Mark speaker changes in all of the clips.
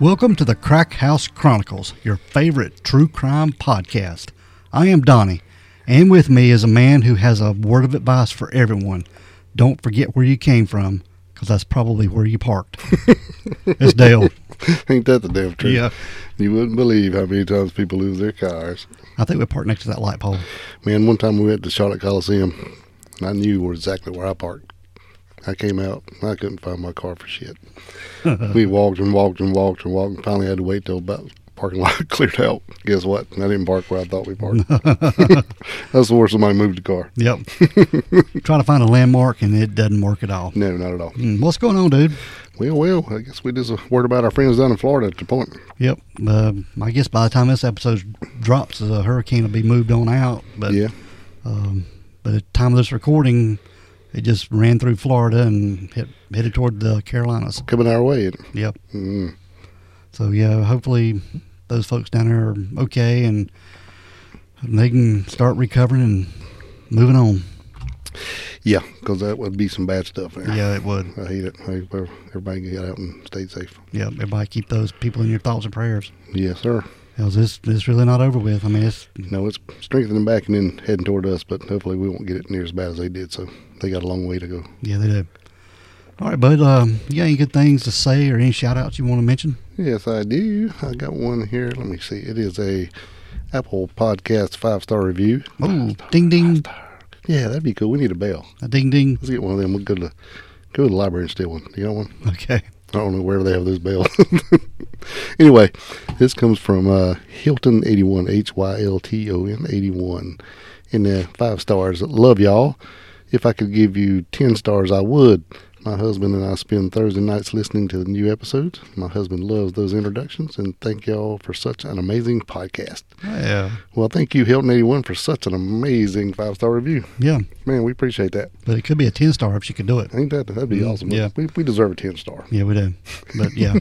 Speaker 1: Welcome to the Crack House Chronicles, your favorite true crime podcast. I am Donnie, and with me is a man who has a word of advice for everyone. Don't forget where you came from, because that's probably where you parked. it's Dale.
Speaker 2: Ain't that the damn truth?
Speaker 1: Yeah.
Speaker 2: You wouldn't believe how many times people lose their cars.
Speaker 1: I think we parked next to that light pole.
Speaker 2: Man, one time we went to Charlotte Coliseum, and I knew where exactly where I parked. I came out, and I couldn't find my car for shit. we walked and walked and walked and walked, and finally had to wait till about parking lot cleared out. Guess what? I didn't park where I thought we parked. That's the worst somebody moved the car.
Speaker 1: Yep. Try to find a landmark, and it doesn't work at all.
Speaker 2: No, not at all.
Speaker 1: Mm, What's going on, dude?
Speaker 2: Well, well, I guess we just uh, worried about our friends down in Florida at the point.
Speaker 1: Yep. Um I guess by the time this episode drops, the hurricane will be moved on out. But
Speaker 2: yeah.
Speaker 1: Um, by the time of this recording, it just ran through Florida and hit, headed toward the Carolinas.
Speaker 2: Coming our way.
Speaker 1: Yep.
Speaker 2: Mm,
Speaker 1: So yeah, hopefully those folks down there are okay and they can start recovering and moving on.
Speaker 2: yeah, because that would be some bad stuff there.
Speaker 1: Yeah, it would.
Speaker 2: I hate it. I, well, everybody get out and stay safe.
Speaker 1: Yeah, everybody keep those people in your thoughts and prayers.
Speaker 2: Yes, sir.
Speaker 1: 'Cause this this really not over with. I mean, it's
Speaker 2: No, it's strengthening back and then heading toward us, but hopefully we won't get it near as bad as they did. So they got a long way to go.
Speaker 1: yeah, they do. All right, bud. Um, you got any good things to say or any shout outs you want to mention?
Speaker 2: Yes, I do. I got one here. Let me see. It is a Apple Podcast five star review.
Speaker 1: Oh, ding ding,
Speaker 2: Yeah, that'd be cool. We need a bell.
Speaker 1: a ding ding.
Speaker 2: Let's get one of them. We'll go to go to the library and steal one. You got one?
Speaker 1: Okay.
Speaker 2: I don't know where they have those bells. anyway, this comes from uh, Hilton eighty one H Y L T O N eighty one, and uh, five stars. Love y'all. If I could give you ten stars, I would. My husband and I spend Thursday nights listening to the new episodes. My husband loves those introductions, and thank y'all for such an amazing podcast.
Speaker 1: Yeah.
Speaker 2: Well, thank you, Hilton eighty one, for such an amazing five star review.
Speaker 1: Yeah.
Speaker 2: Man, we appreciate that.
Speaker 1: But it could be a 10 star if she could do it.
Speaker 2: Ain't that that'd be awesome?
Speaker 1: yeah.
Speaker 2: we, we deserve a ten star.
Speaker 1: Yeah, we do. But yeah.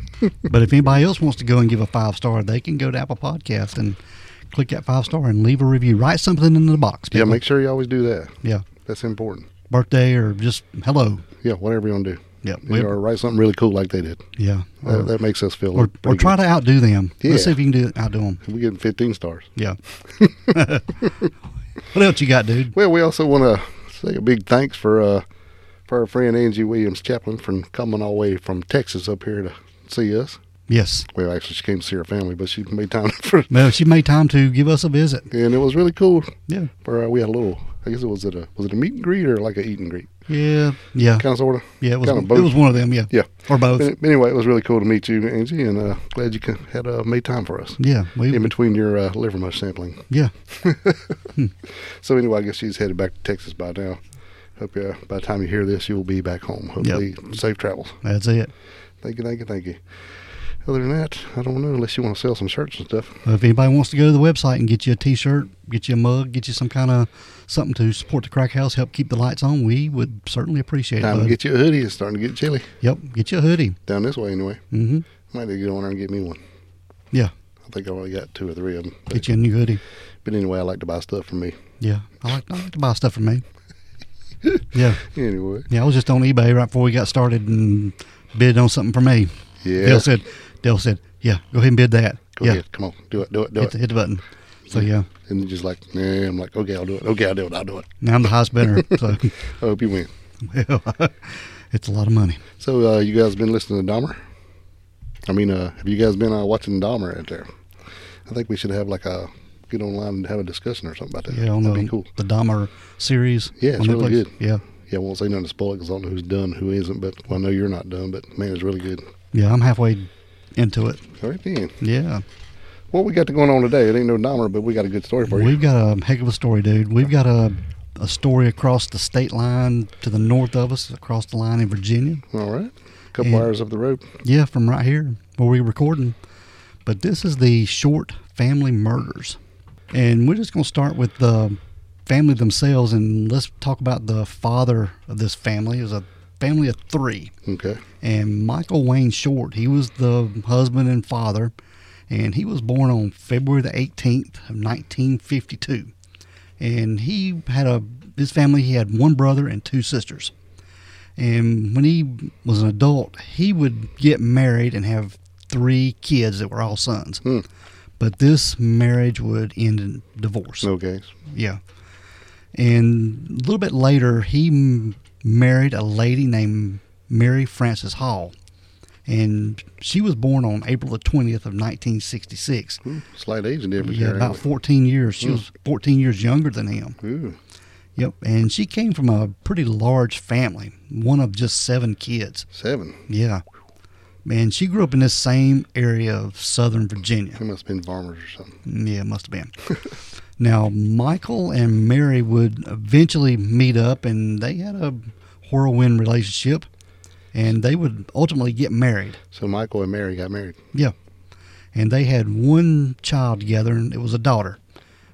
Speaker 1: but if anybody else wants to go and give a five star, they can go to Apple Podcast and click that five star and leave a review. Write something in the box.
Speaker 2: Yeah,
Speaker 1: people.
Speaker 2: make sure you always do that.
Speaker 1: yeah.
Speaker 2: That's important.
Speaker 1: Birthday or just hello.
Speaker 2: Yeah, whatever you want to do.
Speaker 1: Yep.
Speaker 2: You know, or write something really cool like they did.
Speaker 1: yeah.
Speaker 2: That,
Speaker 1: Or,
Speaker 2: that makes us feel.
Speaker 1: or, or
Speaker 2: Oh, pretty
Speaker 1: try to outdo them.
Speaker 2: Yeah.
Speaker 1: Let's see if you can do outdo them.
Speaker 2: good. We're getting 15 stars.
Speaker 1: Yeah. what else you got, dude?
Speaker 2: Well, we also want to say a big thanks for uh, for our friend Angie Williams Chaplin from coming all the way from Texas up here to see us.
Speaker 1: Yes.
Speaker 2: Well, actually, she came to see her family, but she made time for.
Speaker 1: Well, she made time to give us a visit.
Speaker 2: And it was really cool.
Speaker 1: Yeah.
Speaker 2: For uh, we had a little. I guess it was it a was it a meet and greet or like a eat and greet
Speaker 1: Yeah. Yeah.
Speaker 2: kind of sort of.
Speaker 1: Yeah. It was,
Speaker 2: kinda
Speaker 1: it
Speaker 2: both.
Speaker 1: was one of them. Yeah.
Speaker 2: Yeah.
Speaker 1: Or both.
Speaker 2: But anyway, it was really cool to meet you, Angie, and uh, glad you c- had uh, made time for us
Speaker 1: Yeah. We,
Speaker 2: in between your uh, liver mush sampling.
Speaker 1: yeah.
Speaker 2: So anyway, I guess she's headed back to Texas by now. Hope uh, by the time you hear this, you'll be back home. Hopefully, safe travels.
Speaker 1: That's it.
Speaker 2: Thank you, thank you, thank you. Other than that, I don't know unless you want to sell some shirts and stuff.
Speaker 1: Uh, If anybody wants to go to the website and get you a T-shirt, get you a mug, get you some kind of something to support the Crack House, help keep the lights on, we would certainly appreciate
Speaker 2: Time
Speaker 1: it.
Speaker 2: to
Speaker 1: bud.
Speaker 2: get you a hoodie. It's starting to get chilly
Speaker 1: yep, get you a hoodie.
Speaker 2: down this way anyway.
Speaker 1: hmm
Speaker 2: Might need to go on there and get me one.
Speaker 1: Yeah,
Speaker 2: I think I only got two or three of them. But,
Speaker 1: get you a new hoodie.
Speaker 2: but anyway, I like to buy stuff for me.
Speaker 1: Yeah, I like, I like to buy stuff from me. yeah,
Speaker 2: Anyway,
Speaker 1: yeah. I was just on eBay right before we got started and bid on something for me.
Speaker 2: yeah.
Speaker 1: Dale said, Dale said, yeah, go ahead and bid that.
Speaker 2: Go
Speaker 1: yeah,
Speaker 2: ahead. Come on, do it, do it, do
Speaker 1: hit
Speaker 2: it.
Speaker 1: the, hit the button. So yeah,
Speaker 2: And you're just like, yeah, I'm like, okay, I'll do it. Okay, I'll do it. I'll do it.
Speaker 1: now I'm the highest bidder. so
Speaker 2: I hope you win.
Speaker 1: well, it's a lot of money.
Speaker 2: So, uh, you guys been listening to Dahmer? I mean, uh, have you guys been uh, watching Dahmer out there? I think we should have like a get online and have a discussion or something about that.
Speaker 1: Yeah, on
Speaker 2: That'd
Speaker 1: the,
Speaker 2: be cool.
Speaker 1: the Dahmer series.
Speaker 2: Yeah, it's
Speaker 1: on
Speaker 2: really
Speaker 1: Netflix.
Speaker 2: good.
Speaker 1: Yeah,
Speaker 2: Yeah, I won't say nothing to spoil it because I don't know who's done, who isn't. But well, I know you're not done, but man, it's really good.
Speaker 1: yeah, I'm halfway into it.
Speaker 2: All right then,
Speaker 1: Yeah,
Speaker 2: what we got going on today? It ain't no Dahmer, but we got a good story for you.
Speaker 1: we've got a heck of a story, dude. We've got a a story across the state line to the north of us, across the line in Virginia.
Speaker 2: All right, a couple
Speaker 1: And-
Speaker 2: hours up the road.
Speaker 1: Yeah, from right here where we're recording. But this is the short family murders, and we're just gonna start with the family themselves, and let's talk about the father of this family. It was a family of three.
Speaker 2: Okay,
Speaker 1: and Michael Wayne Short. He was the husband and father, and he was born on February the 18th of 1952. And he had a his family. He had one brother and two sisters. And when he was an adult, he would get married and have three kids that were all sons.
Speaker 2: Hmm.
Speaker 1: But this marriage would end in divorce.
Speaker 2: Okay.
Speaker 1: Yeah. And a little bit later, he m- married a lady named Mary Frances Hall. And she was born on April the 20th of 1966.
Speaker 2: Hmm, Slight age difference
Speaker 1: Yeah,
Speaker 2: there.
Speaker 1: about 14 years. She was 14 years younger than him.
Speaker 2: Ooh,
Speaker 1: Yep. And she came from a pretty large family, one of just seven kids.
Speaker 2: seven.
Speaker 1: Yeah. And she grew up in this same area of southern Virginia.
Speaker 2: He must have been farmers or something.
Speaker 1: Yeah, it must have been. now, Michael and Mary would eventually meet up, and they had a whirlwind relationship, and they would ultimately get married.
Speaker 2: So Michael and Mary got married.
Speaker 1: Yeah. And they had one child together, and it was a daughter,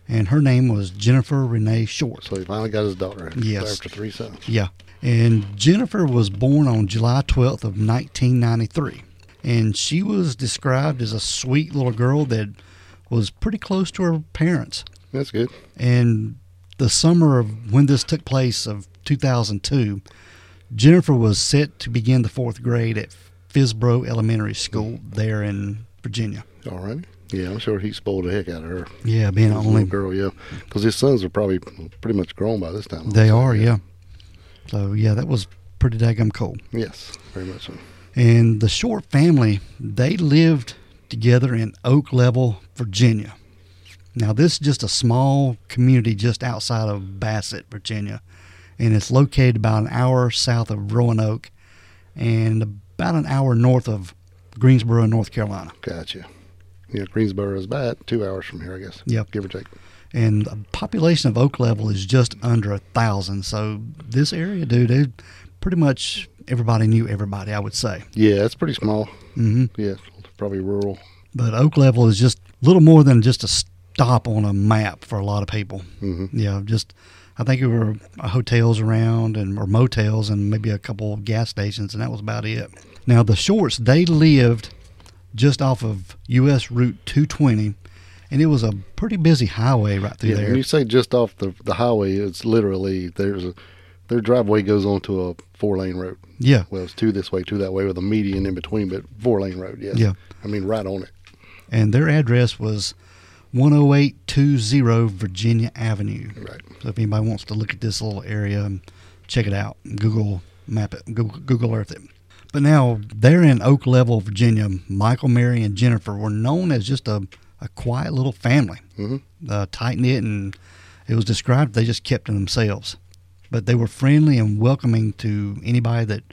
Speaker 1: and her name was Jennifer Renee Short.
Speaker 2: So he finally got his daughter after,
Speaker 1: Yes.
Speaker 2: after three sons.
Speaker 1: Yeah. And Jennifer was born on July 12th of 1993. And she was described as a sweet little girl that was pretty close to her parents.
Speaker 2: That's good.
Speaker 1: And the summer of when this took place of 2002, Jennifer was set to begin the fourth grade at Fisbro Elementary School there in Virginia.
Speaker 2: All right. Yeah, I'm sure he spoiled the heck out of her.
Speaker 1: Yeah, being an
Speaker 2: His
Speaker 1: only
Speaker 2: little girl, yeah. Because his sons are probably pretty much grown by this time.
Speaker 1: they are, yeah. So yeah, that was pretty daggum cool.
Speaker 2: Yes, very much so.
Speaker 1: And the Short family, they lived together in Oak Level, Virginia. Now, this is just a small community just outside of Bassett, Virginia, and it's located about an hour south of Roanoke and about an hour north of Greensboro, North Carolina.
Speaker 2: Gotcha. Yeah, Greensboro is about two hours from here, I guess.
Speaker 1: Yep.
Speaker 2: Give or take.
Speaker 1: And the population of Oak Level is just under a thousand. So, this area, dude, it, pretty much everybody knew everybody, I would say.
Speaker 2: Yeah, it's pretty small.
Speaker 1: hmm
Speaker 2: Yeah, it's probably rural.
Speaker 1: But Oak Level is just little more than just a stop on a map for a lot of people.
Speaker 2: hmm
Speaker 1: Yeah, just I think there were hotels around and or motels and maybe a couple of gas stations, and that was about it. Now the Shorts they lived just off of U.S. Route 220, and it was a pretty busy highway right through
Speaker 2: Yeah,
Speaker 1: there.
Speaker 2: when you say just off the the highway, it's literally there's a their driveway goes onto a four lane road.
Speaker 1: yeah,
Speaker 2: Well, it's two this way, two that way, with a median in between, but four lane road. Yes.
Speaker 1: Yeah.
Speaker 2: I mean, right on it.
Speaker 1: and their address was 10820 Virginia Avenue.
Speaker 2: Right.
Speaker 1: So if anybody wants to look at this little area, and check it out. Google map it. Google, Google Earth it. But now they're in Oak Level, Virginia. Michael, Mary, and Jennifer were known as just a, a quiet little family,
Speaker 2: Mhm.
Speaker 1: uh, tight knit, and it was described they just kept to themselves. But they were friendly and welcoming to anybody that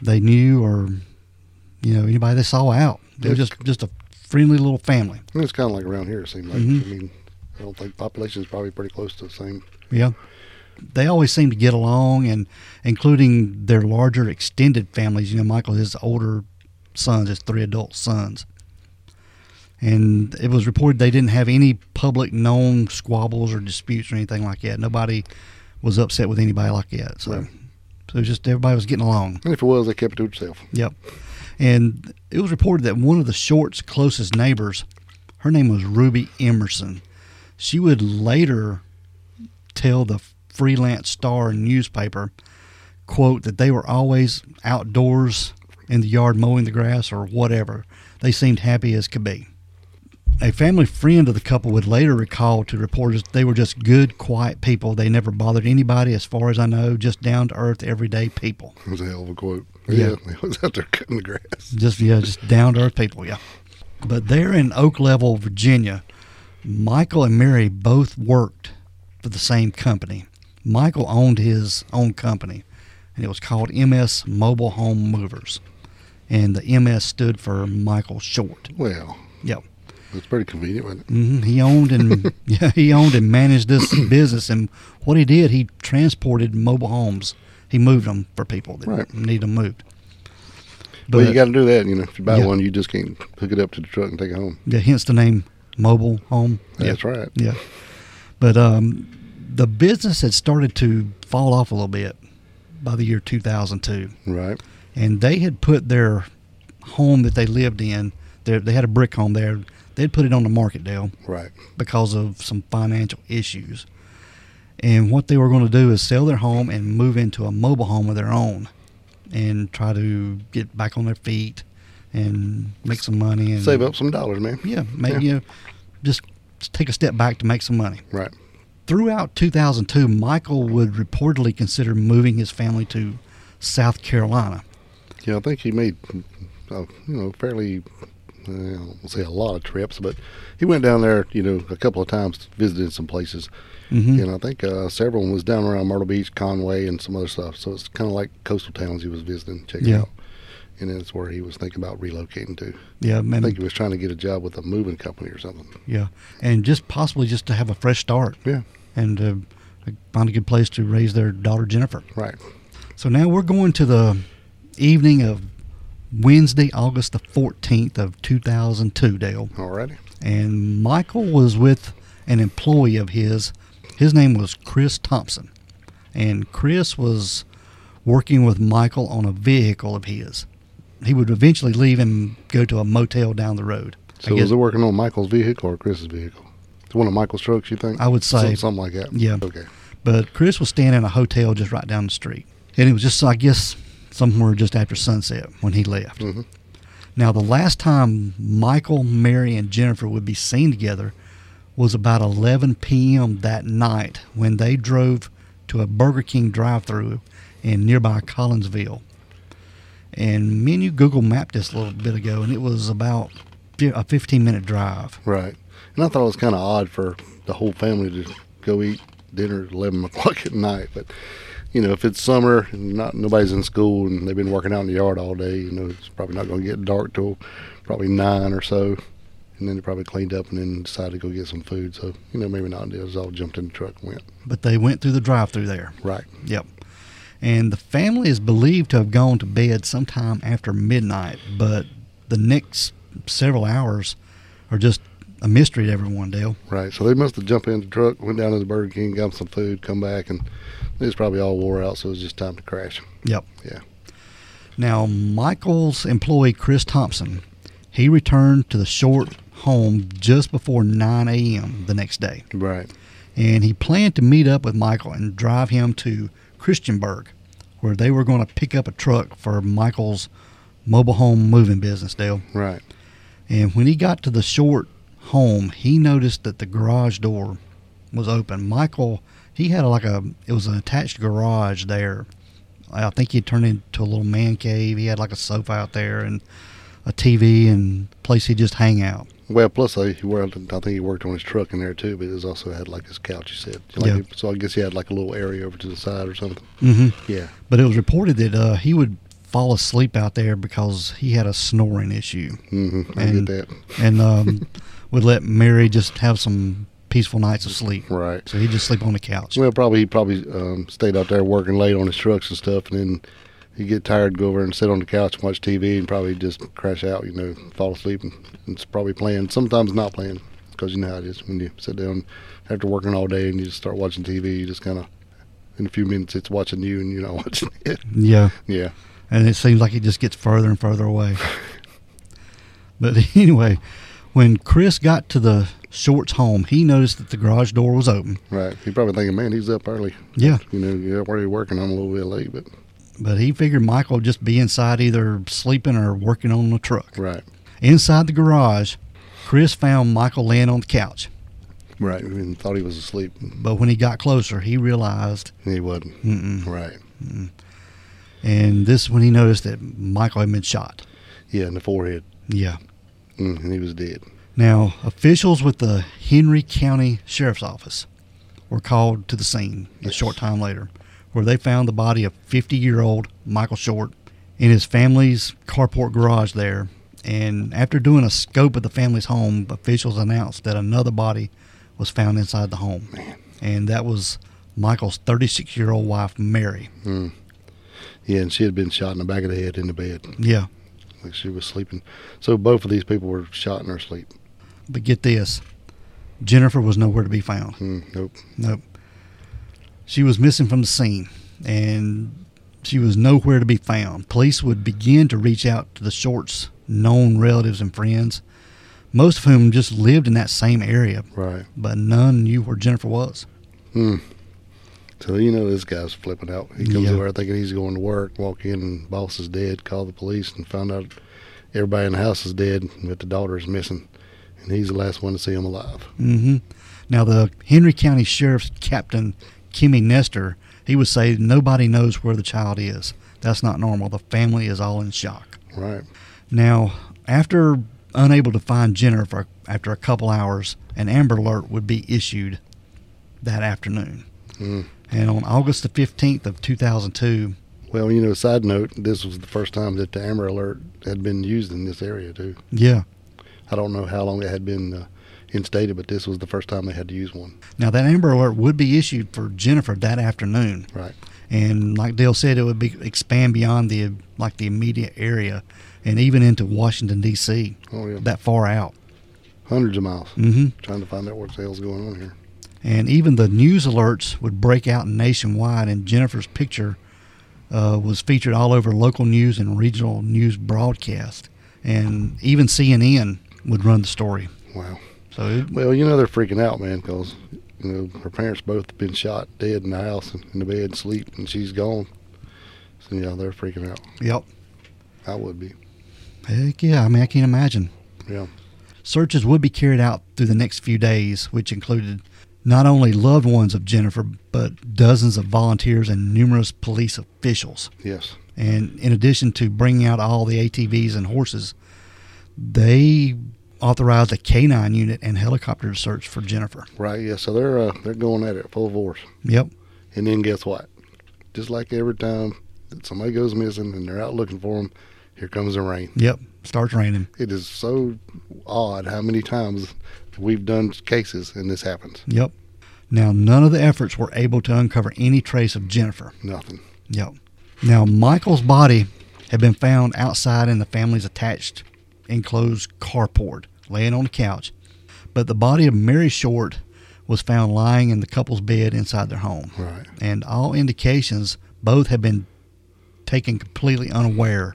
Speaker 1: they knew or you know anybody they saw out. They were
Speaker 2: That's
Speaker 1: just just a friendly little family.
Speaker 2: And it's kind of like around here. It seems like.
Speaker 1: Mhm.
Speaker 2: I mean, I don't think population's probably pretty close to the same.
Speaker 1: Yeah. They always seem to get along, and including their larger extended families. You know, Michael, his older sons, his three adult sons. And it was reported they didn't have any public known squabbles or disputes or anything like that. Nobody was upset with anybody like that. So,
Speaker 2: Right.
Speaker 1: so it was just everybody was getting along.
Speaker 2: And if it was, they kept it to itself.
Speaker 1: Yep. And it was reported that one of the short's closest neighbors, her name was Ruby Emerson. She would later tell the Freelance Star newspaper, quote, that they were always outdoors in the yard mowing the grass or whatever. They seemed happy as could be. A family friend of the couple would later recall to reporters they were just good, quiet people. They never bothered anybody, as far as I know, just down to earth, everyday people.
Speaker 2: It was a hell of a quote.
Speaker 1: Yeah.
Speaker 2: They was out there cutting the grass.
Speaker 1: Just yeah, just down to earth people, yeah. But there in Oak Level, Virginia, Michael and Mary both worked for the same company. Michael owned his own company, and it was called MS Mobile Home Movers, and the MS stood for Michael Short.
Speaker 2: Well,
Speaker 1: Yep,
Speaker 2: it's pretty convenient, wasn't it?
Speaker 1: hmm he owned and yeah, he owned and managed this business. And what he did, he transported mobile homes. He moved them for people that
Speaker 2: Right.
Speaker 1: need them moved.
Speaker 2: well, you got to do that. You know, if you buy
Speaker 1: Yeah.
Speaker 2: one, you just can't hook it up to the truck and take it home.
Speaker 1: Yeah, hence the name mobile home.
Speaker 2: That's right.
Speaker 1: Yeah. But um, the business had started to fall off a little bit by the year 2002.
Speaker 2: Right.
Speaker 1: And they had put their home that they lived in, their, they had a brick home there, they'd put it on the market deal
Speaker 2: Right.
Speaker 1: because of some financial issues. And what they were going to do is sell their home and move into a mobile home of their own and try to get back on their feet, and make some money and
Speaker 2: Save up some dollars, man.
Speaker 1: Yeah, make,
Speaker 2: Yeah.
Speaker 1: you know, just take a step back to make some money.
Speaker 2: Right.
Speaker 1: Throughout 2002, Michael would reportedly consider moving his family to South Carolina.
Speaker 2: Yeah, I think he made, uh, you know, fairly, uh, I won't say a lot of trips, but he went down there, you know, a couple of times, visited some places.
Speaker 1: Mm-hmm.
Speaker 2: And I think uh, several was down around Myrtle Beach, Conway, and some other stuff. So it's kind of like coastal towns he was visiting, checking
Speaker 1: Yeah.
Speaker 2: out. And that's where he was thinking about relocating to.
Speaker 1: Yeah, man.
Speaker 2: I think he was trying to get a job with a moving company or something.
Speaker 1: Yeah, and just possibly just to have a fresh start
Speaker 2: Yeah,
Speaker 1: and uh, find a good place to raise their daughter Jennifer.
Speaker 2: right.
Speaker 1: So now we're going to the evening of Wednesday, August the 14th of 2002, Dale.
Speaker 2: All righty.
Speaker 1: And Michael was with an employee of his. His name was Chris Thompson. And Chris was working with Michael on a vehicle of his. He would eventually leave and go to a motel down the road.
Speaker 2: So
Speaker 1: guess-
Speaker 2: was it working on Michael's vehicle or Chris's vehicle? It's one of Michael's trucks, you think?
Speaker 1: I would say-
Speaker 2: Some- something like that.
Speaker 1: Yeah.
Speaker 2: Okay.
Speaker 1: But Chris was staying in a hotel just right down the street. And it was just, I guess, somewhere just after sunset when he left.
Speaker 2: Mhm.
Speaker 1: Now, the last time Michael, Mary, and Jennifer would be seen together was about 11 p.m. that night when they drove to a Burger King drive through in nearby Collinsville. And me and you Google mapped this a little bit ago, and it was about fi- a 15 minute drive.
Speaker 2: Right. And I thought it was kind of odd for the whole family to go eat dinner at 11 o'clock at night. But, you know, if it's summer and not nobody's in school and they've been working out in the yard all day, you know, it's probably not going to get dark till probably 9 or so. And then they probably cleaned up and then decided to go get some food. So, you know, maybe not. It was all jumped in the truck and went.
Speaker 1: But they went through the drive through there.
Speaker 2: Right.
Speaker 1: Yep. And the family is believed to have gone to bed sometime after midnight, but the next several hours are just a mystery to everyone, Dale.
Speaker 2: Right. So they must have jumped in the truck, went down to the Burger King, got some food, come back, and it was probably all wore out. So it was just time to crash.
Speaker 1: Yep.
Speaker 2: Yeah.
Speaker 1: Now, Michael's employee, Chris Thompson, he returned to the short home just before 9 a.m. the next day.
Speaker 2: Right.
Speaker 1: And he planned to meet up with Michael and drive him to Christianburg, where they were going to pick up a truck for Michael's mobile home moving business, Dale.
Speaker 2: Right.
Speaker 1: And when he got to the short home, he noticed that the garage door was open. Michael, he had like a, it was an attached garage there. I think he turned into a little man cave. He had like a sofa out there and a TV and place he'd just hang out.
Speaker 2: Well, plus I, he worked, I think he worked on his truck in there too, but it was also had like his couch. You said, like,
Speaker 1: Yeah.
Speaker 2: So I guess he had like a little area over to the side or something.
Speaker 1: Mm-hmm.
Speaker 2: Yeah.
Speaker 1: But it was reported that uh, he would fall asleep out there because he had a snoring issue
Speaker 2: hmm I
Speaker 1: And-
Speaker 2: get that.
Speaker 1: and um, would let Mary just have some peaceful nights of sleep.
Speaker 2: Right.
Speaker 1: So he'd just sleep on the couch.
Speaker 2: Well, probably he probably um, stayed out there working late on his trucks and stuff, and then he would get tired, go over and sit on the couch, and watch TV, and probably just crash out. You know, fall asleep, and it's probably playing. Sometimes not playing because you know how it is when you sit down after working all day and you just start watching TV. You just kind of in a few minutes it's watching you and you're not watching it.
Speaker 1: Yeah.
Speaker 2: Yeah.
Speaker 1: and it seems like it just gets further and further away. but anyway, when Chris got to the Shorts home, he noticed that the garage door was open.
Speaker 2: Right. He probably thinking, man, he's up early.
Speaker 1: Yeah,
Speaker 2: You know, yeah, where you working? I'm a little bit late, but
Speaker 1: but he figured Michael would just be inside either sleeping or working on the truck.
Speaker 2: right,
Speaker 1: Inside the garage, Chris found Michael laying on the couch.
Speaker 2: right. And thought he was asleep, and
Speaker 1: But when he got closer, he realized,
Speaker 2: he wasn't.
Speaker 1: Mm-mm.
Speaker 2: Right.
Speaker 1: and this is when he noticed that Michael had been shot.
Speaker 2: Yeah, in the forehead,
Speaker 1: Yeah.
Speaker 2: mm, and he was dead.
Speaker 1: Now, officials with the Henry County Sheriff's Office were called to the scene a
Speaker 2: Yes.
Speaker 1: short time later, where they found the body of 50 year old Michael Short in his family's carport garage there. And after doing a scope of the family's home, officials announced that another body was found inside the home. And that was Michael's 36 year old wife, Mary.
Speaker 2: Yeah, and she had been shot in the back of the head in the bed,
Speaker 1: Yeah.
Speaker 2: like she was sleeping. So both of these people were shot in their sleep.
Speaker 1: But get this Jennifer was nowhere to be found.
Speaker 2: Mm, nope.
Speaker 1: Nope. She was missing from the scene and she was nowhere to be found. Police would begin to reach out to the Shorts' known relatives and friends, most of whom just lived in that same area,
Speaker 2: Right.
Speaker 1: but none knew where Jennifer was.
Speaker 2: So you know this guy's flipping out. He comes
Speaker 1: Yeah.
Speaker 2: over there thinking he's going to work, walk in, and boss is dead. Call the police and find out Everybody in the house is dead, but the daughter is missing, and he's the last one to see him alive.
Speaker 1: hmm Now, the Henry County Sheriff's Captain Kimmy Nestor, he would say nobody knows where the child is. That's not normal. The family is all in shock.
Speaker 2: Right.
Speaker 1: Now, after unable to find Jenner for after a couple hours, an Amber Alert would be issued that afternoon.
Speaker 2: Mm.
Speaker 1: And on August the 15th of 2002,
Speaker 2: Well, you know, side note, this was the first time that the Amber Alert had been used in this area too.
Speaker 1: yeah.
Speaker 2: I don't know how long it had been uh, instated, but this was the first time they had to use one.
Speaker 1: Now, that Amber Alert would be issued for Jennifer that afternoon.
Speaker 2: Right.
Speaker 1: and like Dale said, it would be expand beyond the like the immediate area, and even into Washington D.C.
Speaker 2: Oh yeah.
Speaker 1: that far out.
Speaker 2: Hundreds of miles.
Speaker 1: hmm
Speaker 2: Trying to find out what the hell's going on here.
Speaker 1: And even the news alerts would break out nationwide, and Jennifer's picture uh, was featured all over local news and regional news broadcast, and even CNN would run the story.
Speaker 2: Wow.
Speaker 1: So it,
Speaker 2: Well, you know they're freaking out, man, because you know her parents both been shot dead in the house and in the bed, sleep, and she's gone. So yeah, they're freaking out.
Speaker 1: yep,
Speaker 2: I would be.
Speaker 1: heck yeah. I mean, I can't imagine.
Speaker 2: Yeah.
Speaker 1: Searches would be carried out through the next few days, which included not only loved ones of Jennifer, but dozens of volunteers and numerous police officials.
Speaker 2: Yes.
Speaker 1: And in addition to bringing out all the ATVs and horses, they authorized a K9 unit and helicopter to search for Jennifer.
Speaker 2: Right. Yeah. So they're uh, they're going at it full force.
Speaker 1: Yep.
Speaker 2: And then guess what? Just like every time that somebody goes missing and they're out looking for them, here comes the rain.
Speaker 1: Yep. Starts raining.
Speaker 2: It is so odd how many times we've done cases and this happens.
Speaker 1: Yep. Now, none of the efforts were able to uncover any trace of Jennifer.
Speaker 2: Nothing.
Speaker 1: Yep. Now, Michael's body had been found outside in the family's attached enclosed carport, laying on a couch. But the body of Mary Short was found lying in the couple's bed inside their home.
Speaker 2: Right.
Speaker 1: And all indications, both had been taken completely unaware,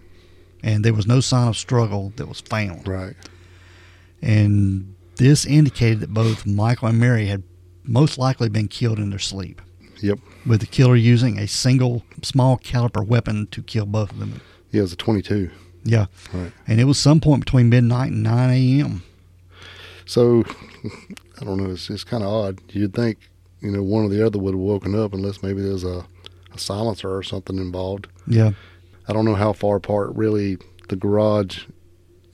Speaker 1: and there was no sign of struggle that was found.
Speaker 2: Right.
Speaker 1: And this indicated that both Michael and Mary had most likely been killed in their sleep
Speaker 2: Yep.
Speaker 1: with the killer using a single small caliber weapon to kill both of them.
Speaker 2: Yeah, it was a 22.
Speaker 1: Yeah.
Speaker 2: Right.
Speaker 1: And it was some point between midnight and 9 a.m.
Speaker 2: So I don't know. It's it's kind of odd. You'd think you know one or the other would have woken up unless maybe there's a, a silencer or something involved.
Speaker 1: Yeah.
Speaker 2: I don't know how far apart really the garage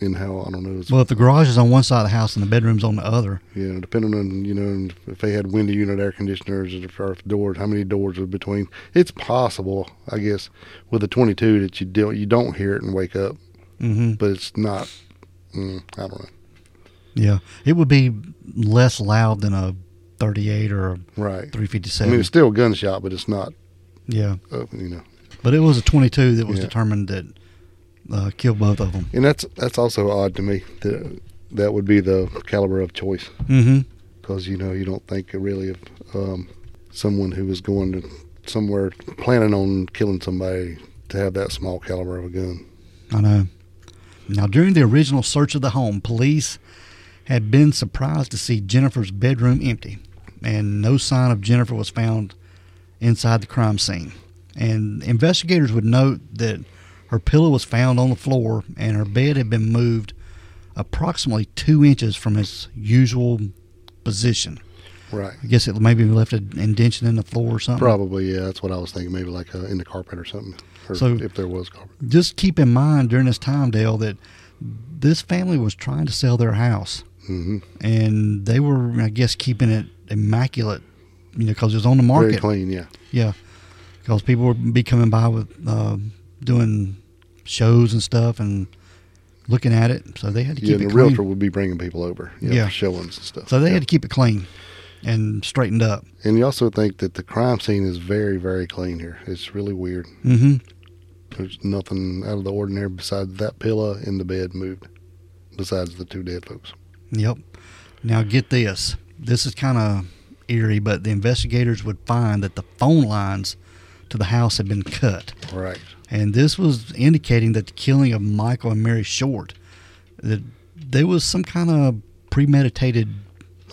Speaker 2: and how I don't know. It's,
Speaker 1: Well, if the garage is on one side of the house and the bedroom's on the other,
Speaker 2: you know, depending on you know if they had window unit air conditioners or if- or if doors, how many doors was between. It's possible, I guess, with a 22 that you don't you don't hear it and wake up,
Speaker 1: mm-hmm.
Speaker 2: but it's not. Mm, I don't know.
Speaker 1: yeah, it would be less loud than a 38 or a
Speaker 2: Right. I
Speaker 1: 357.
Speaker 2: mean, it's still a gunshot, but it's not.
Speaker 1: yeah.
Speaker 2: Uh, you know.
Speaker 1: But it was a 22 that was
Speaker 2: Yeah.
Speaker 1: determined that uh, killed both of them.
Speaker 2: And that's that's also odd to me that that would be the caliber of choice
Speaker 1: Mm-hmm.
Speaker 2: because you know you don't think really of um, someone who was going to somewhere planning on killing somebody to have that small caliber of a gun.
Speaker 1: I know. uh, Now, during the original search of the home, police had been surprised to see Jennifer's bedroom empty, and no sign of Jennifer was found inside the crime scene. And investigators would note that her pillow was found on the floor, and her bed had been moved approximately two inches from its usual position.
Speaker 2: Right.
Speaker 1: I guess it maybe left an indention in the floor or something.
Speaker 2: Probably yeah. That's what I was thinking. Maybe like uh, in the carpet or something. Or
Speaker 1: So-
Speaker 2: if there was carpet.
Speaker 1: Just keep in mind during this time, Dale, that this family was trying to sell their house.
Speaker 2: hmm
Speaker 1: and they were, I guess, keeping it immaculate, you know, because it was on the
Speaker 2: Very
Speaker 1: market.
Speaker 2: clean. Yeah.
Speaker 1: Yeah, because people would be coming by with uh, doing shows and stuff and looking at it, so they had to
Speaker 2: Yeah.
Speaker 1: keep
Speaker 2: And the
Speaker 1: it clean.
Speaker 2: realtor would be bringing people over. You know,
Speaker 1: Yeah.
Speaker 2: For showings and stuff.
Speaker 1: So they
Speaker 2: Yeah.
Speaker 1: had to keep it clean and straightened up.
Speaker 2: And you also think that the crime scene is very very clean here. It's really weird.
Speaker 1: hmm
Speaker 2: There's nothing out of the ordinary besides that pillow and the bed moved, besides the two dead folks.
Speaker 1: Yep. Now get this. This is kind of eerie, but the investigators would find that the phone lines to the house had been cut.
Speaker 2: Right.
Speaker 1: and this was indicating that the killing of Michael and Mary Short, that there was some kind of premeditated.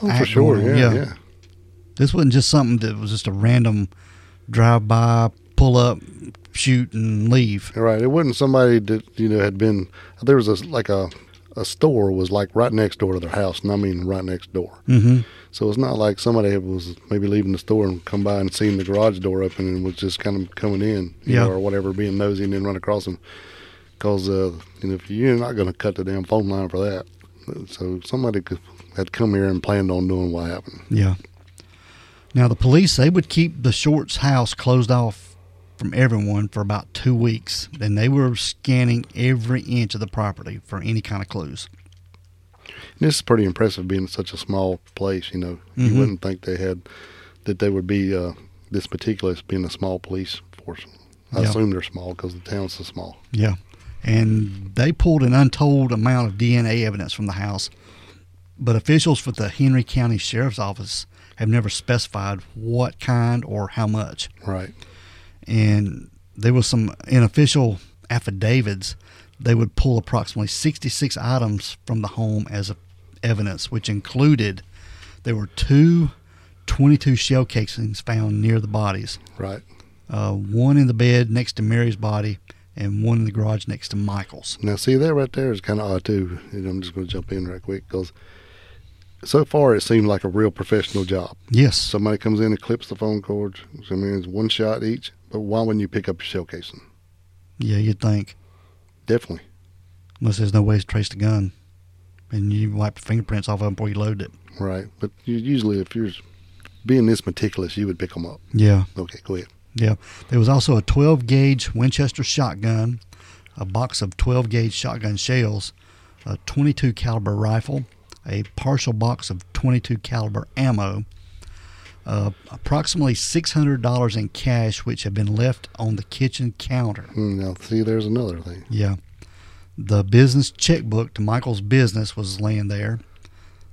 Speaker 2: Oh, for
Speaker 1: act
Speaker 2: sure.
Speaker 1: going on.
Speaker 2: Yeah, yeah.
Speaker 1: This wasn't just something that was just a random drive by, pull up, shoot, and leave.
Speaker 2: Right. It wasn't somebody that you know had been. There was a like a a store was like right next door to their house, and I mean right next door.
Speaker 1: Mm-hmm.
Speaker 2: So it's not like somebody had- was maybe leaving the store and come by and seen the garage door open and was just kind of coming in, you
Speaker 1: Yeah.
Speaker 2: know, or whatever, being nosy and then run across them. Because uh, you know, if you're not going to cut the damn phone line for that, so somebody could, had come here and planned on doing what happened.
Speaker 1: Yeah. Now the police they would keep the Shorts house closed off from everyone for about two weeks, and they were scanning every inch of the property for any kind of clues.
Speaker 2: And this is pretty impressive being such a small place. You know,
Speaker 1: Mhm.
Speaker 2: you wouldn't think they had that they would be uh, this meticulous being a small police force. I
Speaker 1: Yeah.
Speaker 2: assume they're small because the town's so small.
Speaker 1: Yeah. And they pulled an untold amount of DNA evidence from the house, but officials with the Henry County Sheriff's Office have never specified what kind or how much.
Speaker 2: Right.
Speaker 1: and there was some in official affidavits they would pull approximately 66 items from the home as a- evidence which included there were two 22 shell casings found near the bodies
Speaker 2: Right.
Speaker 1: uh, one in the bed next to mary's body and one in the garage next to michael's
Speaker 2: Now, see, that right there is kind of odd, too. And I'm just going to jump in right quick because so far it seemed like a real professional job.
Speaker 1: yes
Speaker 2: Somebody comes in and clips the phone cords. I mean, it's one shot each, but why wouldn't you pick up your shell casing?
Speaker 1: yeah you'd think
Speaker 2: Definitely.
Speaker 1: unless there's no way to trace the gun and you wipe the fingerprints off of them before you load it
Speaker 2: Right. But you, usually, if you're being this meticulous, you would pick them up.
Speaker 1: yeah
Speaker 2: Okay, go ahead.
Speaker 1: Yeah. There was also a 12 gauge Winchester shotgun, a box of 12 gauge shotgun shells, a 22 caliber rifle, a partial box of 22 caliber ammo, uh, approximately $600 in cash which had been left on the kitchen counter.
Speaker 2: Hmm, Now, see, there's another thing.
Speaker 1: Yeah. The business checkbook to Michael's business was laying there.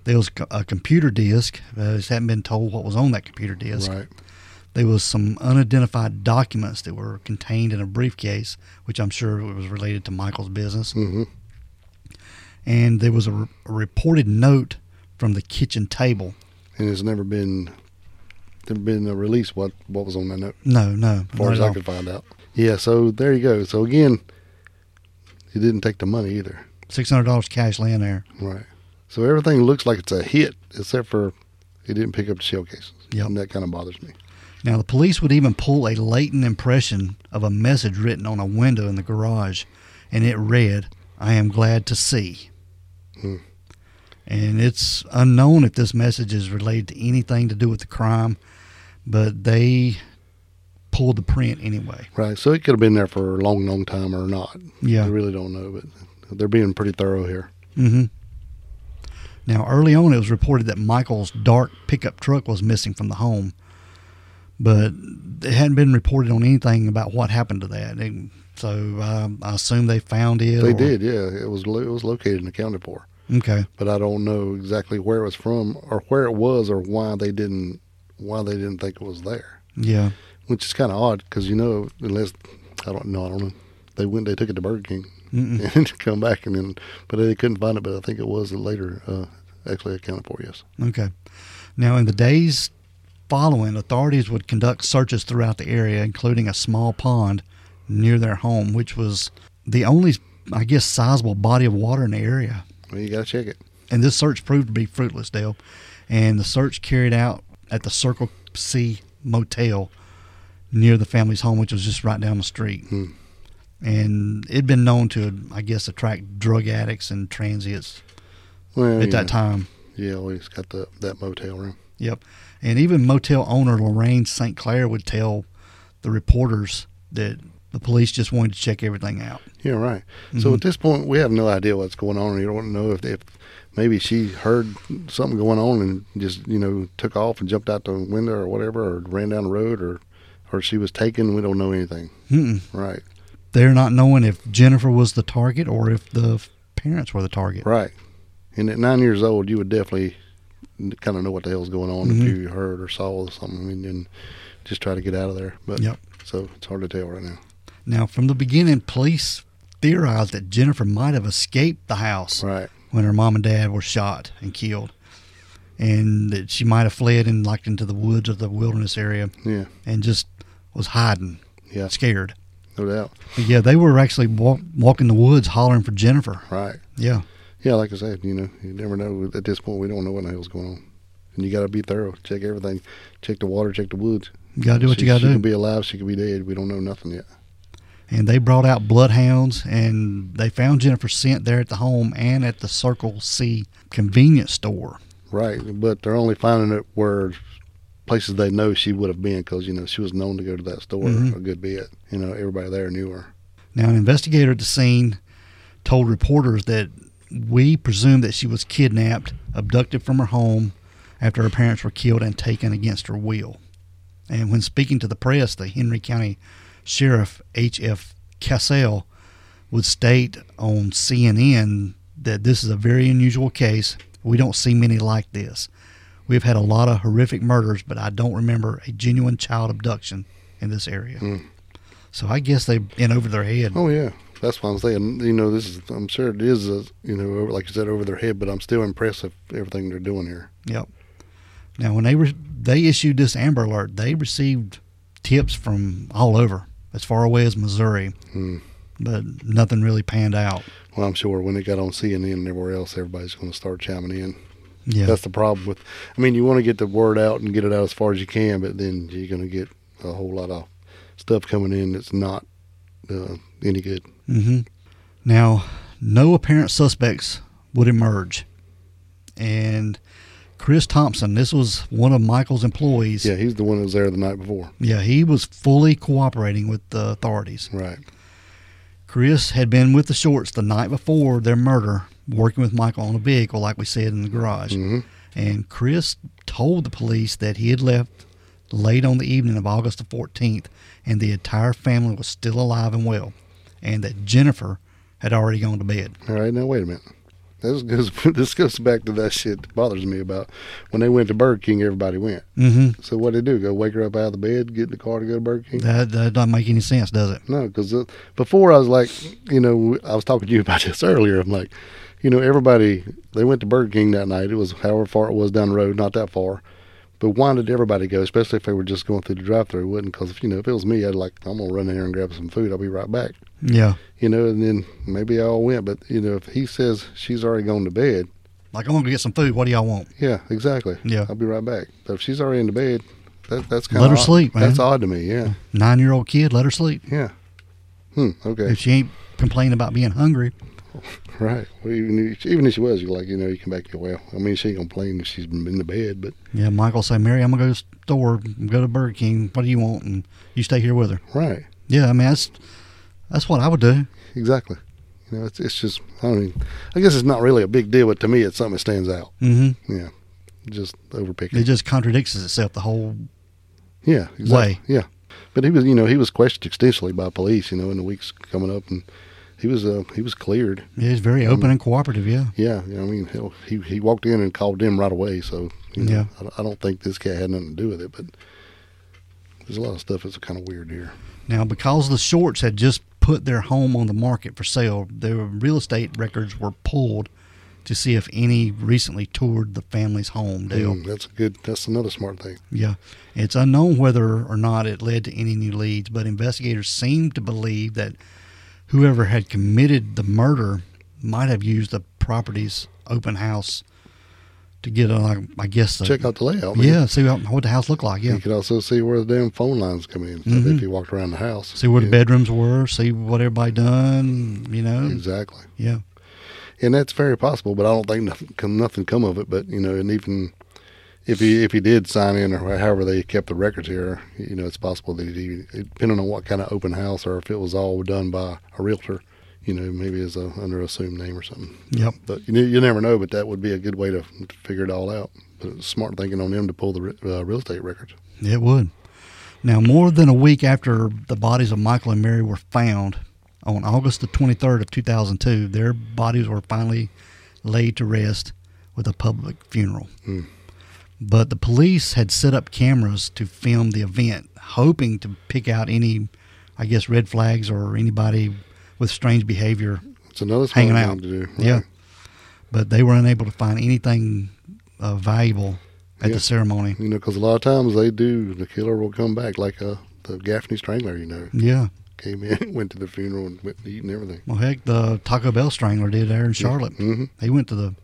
Speaker 1: There was co- a computer disk. Uh, just hadn't been told what was on that computer disk.
Speaker 2: Right.
Speaker 1: There was some unidentified documents that were contained in a briefcase, which I'm sure it was related to Michael's business.
Speaker 2: hmm
Speaker 1: And there was a, re- a reported note from the kitchen table.
Speaker 2: And it's never been never been a release what what was on that note,
Speaker 1: No, no,
Speaker 2: as far
Speaker 1: not
Speaker 2: as
Speaker 1: at
Speaker 2: I
Speaker 1: all.
Speaker 2: could find out. Yeah. So there you go. So again, he didn't take the money either.
Speaker 1: six hundred dollars cash laying there.
Speaker 2: Right. So everything looks like it's a hit, except for he didn't pick up the shell cases.
Speaker 1: Yep.
Speaker 2: And that kind of bothers me.
Speaker 1: Now the police would even pull a latent impression of a message written on a window in the garage, and it read, "I am glad to see."
Speaker 2: Hmm.
Speaker 1: And it's unknown if this message is related to anything to do with the crime, but they pulled the print anyway.
Speaker 2: Right. So it could have been there for a long, long time or not. I
Speaker 1: Yeah.
Speaker 2: really don't know, but they're being pretty thorough here.
Speaker 1: Mm-hmm. Now, early on, it was reported that Michael's dark pickup truck was missing from the home, but it hadn't been reported on anything about what happened to that. And so um, I assume they found it.
Speaker 2: They
Speaker 1: or-
Speaker 2: did, yeah. It was lo- it was located and accounted for,
Speaker 1: Okay.
Speaker 2: but I don't know exactly where it was from or where it was or why they didn't why they didn't think it was there.
Speaker 1: Yeah.
Speaker 2: Which is kind of odd because you know unless I don't know I don't know they went they took it to Burger King
Speaker 1: Mm-mm.
Speaker 2: and come back and then but they couldn't find it but I think it was later uh, actually accounted for yes.
Speaker 1: Okay. Now, in the days following, authorities would conduct searches throughout the area, including a small pond near their home, which was the only, I guess, sizable body of water in the area.
Speaker 2: Well, you got to check it.
Speaker 1: And this search proved to be fruitless, Dale. And the search carried out at the Circle C Motel near the family's home, which was just right down the street.
Speaker 2: Hmm.
Speaker 1: And it'd been known to, I guess, attract drug addicts and transients
Speaker 2: Well,
Speaker 1: at
Speaker 2: yeah.
Speaker 1: that time.
Speaker 2: Yeah, always got the, that motel room.
Speaker 1: Yep. And even motel owner Lorraine St. Clair would tell the reporters that the police just wanted to check everything out.
Speaker 2: Yeah, right. So
Speaker 1: Mhm.
Speaker 2: at this point, we have no idea what's going on. You don't know if, if maybe she heard something going on and just, you know, took off and jumped out the window or whatever or ran down the road or, or she was taken. We don't know anything.
Speaker 1: Mm-mm.
Speaker 2: Right,
Speaker 1: Hmm. They're not knowing if Jennifer was the target or if the parents were the target.
Speaker 2: right. And at nine years old, you would definitely kind of know what the hell's going on
Speaker 1: Mhm.
Speaker 2: if you heard or saw something and then just try to get out of there. But
Speaker 1: Yep.
Speaker 2: so it's hard to tell right now.
Speaker 1: Now, from the beginning, police theorized that Jennifer might have escaped the house
Speaker 2: Right.
Speaker 1: when her mom and dad were shot and killed, and that she might have fled and like into the woods or the wilderness area
Speaker 2: Yeah.
Speaker 1: and just was hiding,
Speaker 2: Yeah.
Speaker 1: scared.
Speaker 2: no doubt.
Speaker 1: But yeah, they were actually walk, walking the woods hollering for Jennifer.
Speaker 2: Right.
Speaker 1: Yeah.
Speaker 2: Yeah, like I said, you know, you never know. At this point, we don't know what the hell's going on, and you got to be thorough. Check everything. Check the water. Check the woods.
Speaker 1: You got to do what
Speaker 2: she,
Speaker 1: you got
Speaker 2: She
Speaker 1: to
Speaker 2: could
Speaker 1: do.
Speaker 2: be alive. She could be dead. We don't know nothing yet.
Speaker 1: And they brought out bloodhounds and they found Jennifer's scent there at the home and at the Circle C convenience store.
Speaker 2: Right. But they're only finding it where places they know she would have been because you know she was known to go to that store
Speaker 1: Mhm.
Speaker 2: a good bit. You know, everybody there knew her.
Speaker 1: Now, an investigator at the scene told reporters that we presume that she was kidnapped, abducted from her home after her parents were killed and taken against her will. And when speaking to the press, the Henry County Sheriff H.F. Cassell would state on CNN that this is a very unusual case. We don't see many like this. We've had a lot of horrific murders, but I don't remember a genuine child abduction in this area.
Speaker 2: Mm.
Speaker 1: So I guess they've been over their head.
Speaker 2: Oh yeah, that's what I'm saying. You know, this is. I'm sure it is. A, you know, over- like you said, over their head. But I'm still impressed with everything they're doing here.
Speaker 1: Yep. Now, when they re- they issued this Amber Alert, they received tips from all over, as far away as Missouri,
Speaker 2: Hmm.
Speaker 1: but nothing really panned out.
Speaker 2: Well, I'm sure when it got on CNN and everywhere else, everybody's going to start chiming in.
Speaker 1: Yeah,
Speaker 2: That's the problem with. I mean, you want to get the word out and get it out as far as you can, but then you're going to get a whole lot of stuff coming in that's not uh, any good.
Speaker 1: hmm Now, no apparent suspects would emerge, and Chris Thompson, this was one of Michael's employees.
Speaker 2: Yeah, he's the one that was there the night before.
Speaker 1: yeah, he was fully cooperating with the authorities.
Speaker 2: Right.
Speaker 1: Chris had been with the Shorts the night before their murder, working with Michael on a vehicle, like we said in the garage.
Speaker 2: hmm
Speaker 1: and Chris told the police that he had left late on the evening of August the 14th and the entire family was still alive and well and that Jennifer had already gone to bed.
Speaker 2: All right. Now wait a minute. This goes. This goes back to that shit that bothers me about when they went to Burger King. Everybody went.
Speaker 1: Mm-hmm.
Speaker 2: So what would they do? Go wake her up out of the bed, get in the car to go to Burger King.
Speaker 1: That, that doesn't make any sense, does it?
Speaker 2: No, because before I was like, you know, I was talking to you about this earlier. I'm like, you know, everybody they went to Burger King that night. It was however far it was down the road, not that far. But why did everybody go? Especially if they were just going through the drive-through, wouldn't? Because if you know, if it was me, I'd like, I'm gonna run in here and grab some food. I'll be right back.
Speaker 1: Yeah.
Speaker 2: You know, and then maybe I all went. But you know, if he says she's already gone to bed,
Speaker 1: Like, I'm going to get some food. What do y'all want?
Speaker 2: yeah, exactly.
Speaker 1: Yeah.
Speaker 2: I'll be right back. But if she's already in the bed, that, that's kind
Speaker 1: Let
Speaker 2: of
Speaker 1: her sleep, man.
Speaker 2: That's odd to me. Yeah,
Speaker 1: Nine year old kid, let her sleep.
Speaker 2: yeah. Hmm. Okay.
Speaker 1: If she ain't complaining about being hungry,
Speaker 2: Right. Well, even if, even if she was, you're like, you know, you come back, you well. I mean, she ain't complaining if she's been in the bed, but
Speaker 1: yeah, Michael say, Mary, I'm going to go to the store, go to Burger King. What do you want? And you stay here with her.
Speaker 2: right,
Speaker 1: Yeah, I mean, that's, that's what I would do.
Speaker 2: exactly. You know, it's it's just I mean, I guess it's not really a big deal, but to me, it's something that stands out.
Speaker 1: Mm-hmm.
Speaker 2: Yeah, just overpicking.
Speaker 1: It just contradicts itself the whole
Speaker 2: yeah, exactly. Yeah, but he was, you know, he was questioned extensively by police, you know, in the weeks coming up, and he was uh he was cleared.
Speaker 1: Yeah, It's very open and cooperative, yeah.
Speaker 2: Yeah, you know, I mean, hell, he he walked in and called them right away, so you know,
Speaker 1: Yeah.
Speaker 2: I, don't- I don't think this cat had nothing to do with it, but there's a lot of stuff that's kind of weird here.
Speaker 1: Now, because the Shorts had just put their home on the market for sale, their real estate records were pulled to see if any recently toured the family's home deal.
Speaker 2: Mm, that's a good. That's another smart thing.
Speaker 1: Yeah. It's unknown whether or not it led to any new leads, but investigators seem to believe that whoever had committed the murder might have used the property's open house to get, uh, I guess, the,
Speaker 2: Check out the layout. man.
Speaker 1: yeah, see what, what the house looked like. Yeah.
Speaker 2: You could also see where the damn phone lines come in stuff
Speaker 1: Mhm.
Speaker 2: if you walked around the house.
Speaker 1: see where the
Speaker 2: Yeah,
Speaker 1: bedrooms were, see what everybody done, you know.
Speaker 2: Exactly,
Speaker 1: Yeah.
Speaker 2: and that's very possible. But I don't think nothing come nothing come of it. But you know, and even if he if he did sign in or however they kept the records here, you know, it's possible that he depending on what kind of open house or if it was all done by a realtor, you know, maybe as a under assumed name or something.
Speaker 1: Yep.
Speaker 2: But you, you never know. But that would be a good way to, to figure it all out. But it's smart thinking on them to pull the re- uh, real estate records.
Speaker 1: It would. Now, more than a week after the bodies of Michael and Mary were found, on August the 23rd of 2002, their bodies were finally laid to rest with a public funeral.
Speaker 2: Hmm.
Speaker 1: But the police had set up cameras to film the event, hoping to pick out any, I guess, red flags or anybody with strange behavior
Speaker 2: It's another smart
Speaker 1: Hanging
Speaker 2: thing
Speaker 1: out.
Speaker 2: to do. right?
Speaker 1: Yeah. But they were unable to find anything uh, valuable at
Speaker 2: Yeah.
Speaker 1: the ceremony.
Speaker 2: You know, because a lot of times they do, the killer will come back like uh, the Gaffney Strangler, you know.
Speaker 1: Yeah.
Speaker 2: came in, went to the funeral, and went to eat and everything.
Speaker 1: Well, heck, the Taco Bell Strangler did there in Charlotte.
Speaker 2: hmm
Speaker 1: He went to the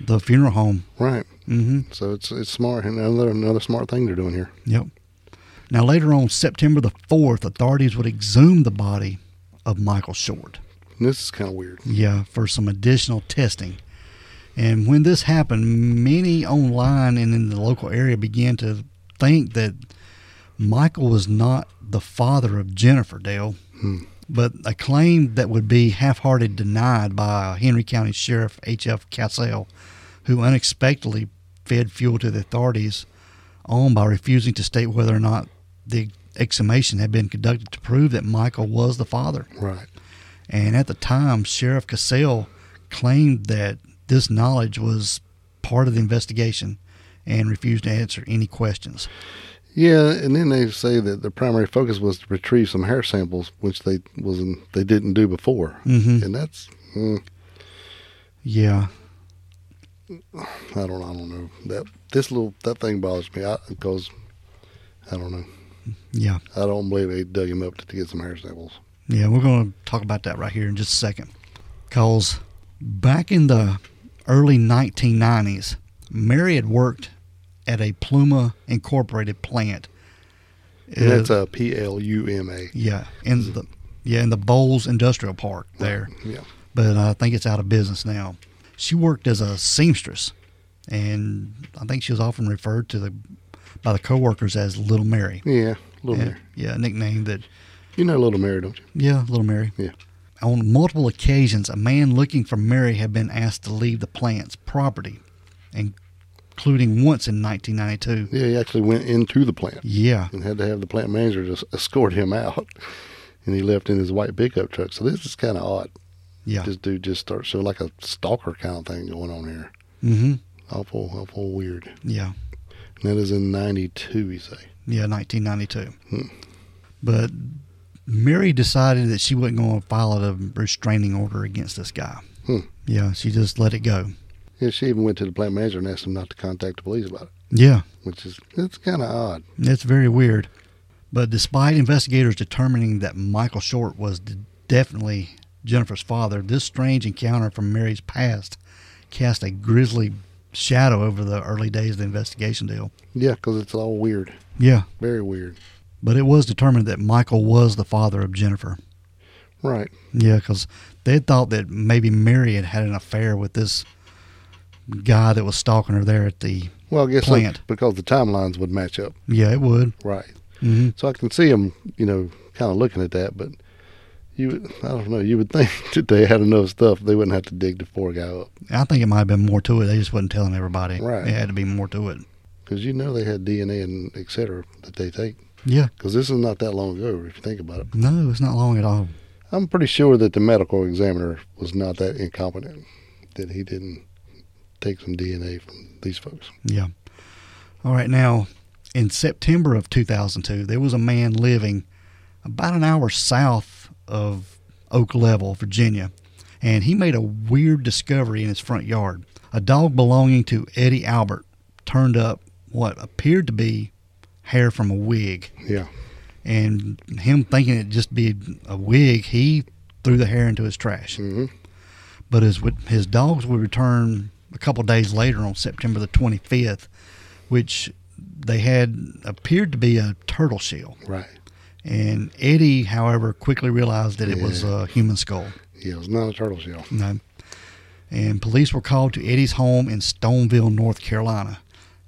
Speaker 1: the funeral home.
Speaker 2: Right.
Speaker 1: hmm
Speaker 2: So it's it's smart, and another another smart thing they're doing here.
Speaker 1: Yep. Now, later on September the 4th, authorities would exhume the body of Michael Short.
Speaker 2: And this is kind of weird.
Speaker 1: Yeah, for some additional testing. And when this happened, many online and in the local area began to think that Michael was not the father of Jennifer Dale,
Speaker 2: Hmm.
Speaker 1: but a claim that would be half hearted denied by Henry County Sheriff H.F. Cassell, who unexpectedly fed fuel to the authorities on by refusing to state whether or not the exhumation had been conducted to prove that Michael was the father.
Speaker 2: Right.
Speaker 1: And at the time, Sheriff Cassell claimed that this knowledge was part of the investigation and refused to answer any questions.
Speaker 2: Yeah, and then they say that the primary focus was to retrieve some hair samples, which they wasn't they didn't do before,
Speaker 1: hmm
Speaker 2: and that's mm,
Speaker 1: Yeah.
Speaker 2: I don't I don't know that this little that thing bothers me because I, don't know
Speaker 1: Yeah.
Speaker 2: I don't believe they dug him up to, to get some hair samples.
Speaker 1: Yeah. We're going to talk about that right here in just a second. Because back in the early 1990s, Mary had worked at a Pluma Incorporated plant.
Speaker 2: And that's
Speaker 1: Uh,
Speaker 2: a P L U M A.
Speaker 1: yeah. In the, yeah. In the Bowles Industrial Park there.
Speaker 2: Yeah,
Speaker 1: but I think it's out of business now. She worked as a seamstress, and I think she was often referred to the by the coworkers as Little Mary.
Speaker 2: yeah, Little
Speaker 1: Yeah,
Speaker 2: Mary.
Speaker 1: yeah, a nickname that
Speaker 2: You know Little Mary, don't you?
Speaker 1: yeah, Little Mary.
Speaker 2: Yeah.
Speaker 1: On multiple occasions, a man looking for Mary had been asked to leave the plant's property, including once in 1992.
Speaker 2: Yeah, he actually went into the plant
Speaker 1: Yeah,
Speaker 2: and had to have the plant manager just escort him out, and he left in his white pickup truck. So this is kind of odd.
Speaker 1: yeah.
Speaker 2: This dude just starts so like a stalker kind of thing going on here.
Speaker 1: Mm-hmm.
Speaker 2: Awful, awful weird.
Speaker 1: Yeah.
Speaker 2: And that is in '92, you say.
Speaker 1: Yeah, 1992.
Speaker 2: Hmm.
Speaker 1: But Mary decided that she wasn't going to file a restraining order against this guy.
Speaker 2: Hmm.
Speaker 1: Yeah, she just let it go.
Speaker 2: Yeah, she even went to the plant manager and asked him not to contact the police about it,
Speaker 1: Yeah,
Speaker 2: which is it's kind of odd.
Speaker 1: it's very weird. But despite investigators determining that Michael Short was d- definitely Jennifer's father, this strange encounter from Mary's past cast a grisly shadow over the early days of the investigation deal.
Speaker 2: Yeah, because it's all weird,
Speaker 1: Yeah,
Speaker 2: very weird.
Speaker 1: but it was determined that Michael was the father of Jennifer.
Speaker 2: Right.
Speaker 1: Yeah, because they thought that maybe Mary had had an affair with this guy that was stalking her there at the.
Speaker 2: Well, I guess so,
Speaker 1: Plant.
Speaker 2: because the timelines would match up.
Speaker 1: Yeah, it would.
Speaker 2: Right.
Speaker 1: hmm
Speaker 2: So I can see him, you know, kind of looking at that, but. You, I don't know. You would think that they had enough stuff; they wouldn't have to dig the poor guy up
Speaker 1: I think it might have been more to it. They just wasn't telling everybody.
Speaker 2: Right.
Speaker 1: It had to be more to it.
Speaker 2: because you know they had DNA and et cetera that they take.
Speaker 1: Yeah.
Speaker 2: Because this is not that long ago, if you think about it.
Speaker 1: No, it's not long at all.
Speaker 2: I'm pretty sure that the medical examiner was not that incompetent, that he didn't take some DNA from these folks.
Speaker 1: Yeah. All right. Now, in September of 2002, there was a man living about an hour south of Oak Level, Virginia, and he made a weird discovery in his front yard. A dog belonging to Eddie Albert turned up what appeared to be hair from a wig.
Speaker 2: Yeah.
Speaker 1: And him thinking it'd just be a wig, he threw the hair into his trash.
Speaker 2: hmm
Speaker 1: But his his dogs would return a couple days later on September the 25th, which they had appeared to be a turtle shell.
Speaker 2: Right.
Speaker 1: And Eddie, however, quickly realized that it was
Speaker 2: Yeah.
Speaker 1: a human skull.
Speaker 2: Yeah, it was not a turtle shell.
Speaker 1: No. And police were called to Eddie's home in Stoneville, North Carolina.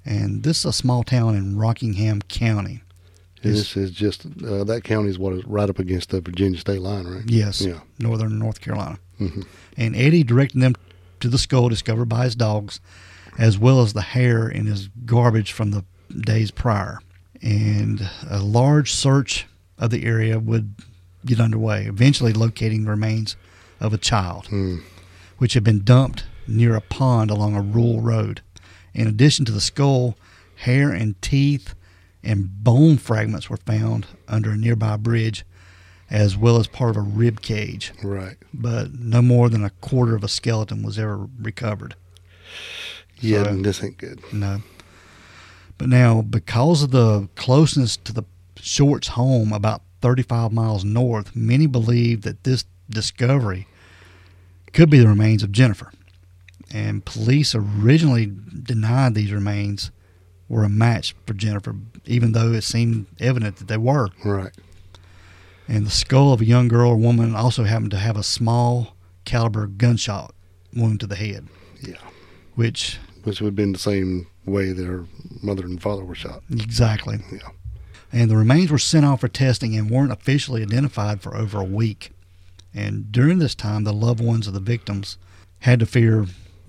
Speaker 1: And this is a small town in Rockingham County.
Speaker 2: And
Speaker 1: It's-
Speaker 2: this is just, uh, that county is what is right up against the Virginia state line, right?
Speaker 1: Yes,
Speaker 2: Yeah.
Speaker 1: northern North Carolina.
Speaker 2: Mhm.
Speaker 1: And Eddie directed them to the skull discovered by his dogs, as well as the hair in his garbage from the days prior. And a large search of the area would get underway, eventually locating the remains of a child,
Speaker 2: Mm.
Speaker 1: which had been dumped near a pond along a rural road. In addition to the skull, hair and teeth and bone fragments were found under a nearby bridge, as well as part of a rib cage
Speaker 2: Right.
Speaker 1: but no more than a quarter of a skeleton was ever recovered.
Speaker 2: Yeah,
Speaker 1: So-
Speaker 2: and this ain't good.
Speaker 1: No. But now, because of the closeness to the Shorts home, about 35 miles north, many believe that this discovery could be the remains of Jennifer. And police originally denied these remains were a match for Jennifer, even though it seemed evident that they were.
Speaker 2: Right.
Speaker 1: And the skull of a young girl or woman also happened to have a small caliber gunshot wound to the head,
Speaker 2: Yeah.
Speaker 1: which
Speaker 2: Which would have been the same way their mother and father were shot.
Speaker 1: exactly.
Speaker 2: Yeah.
Speaker 1: And the remains were sent off for testing and weren't officially identified for over a week. And during this time, the loved ones of the victims had to fear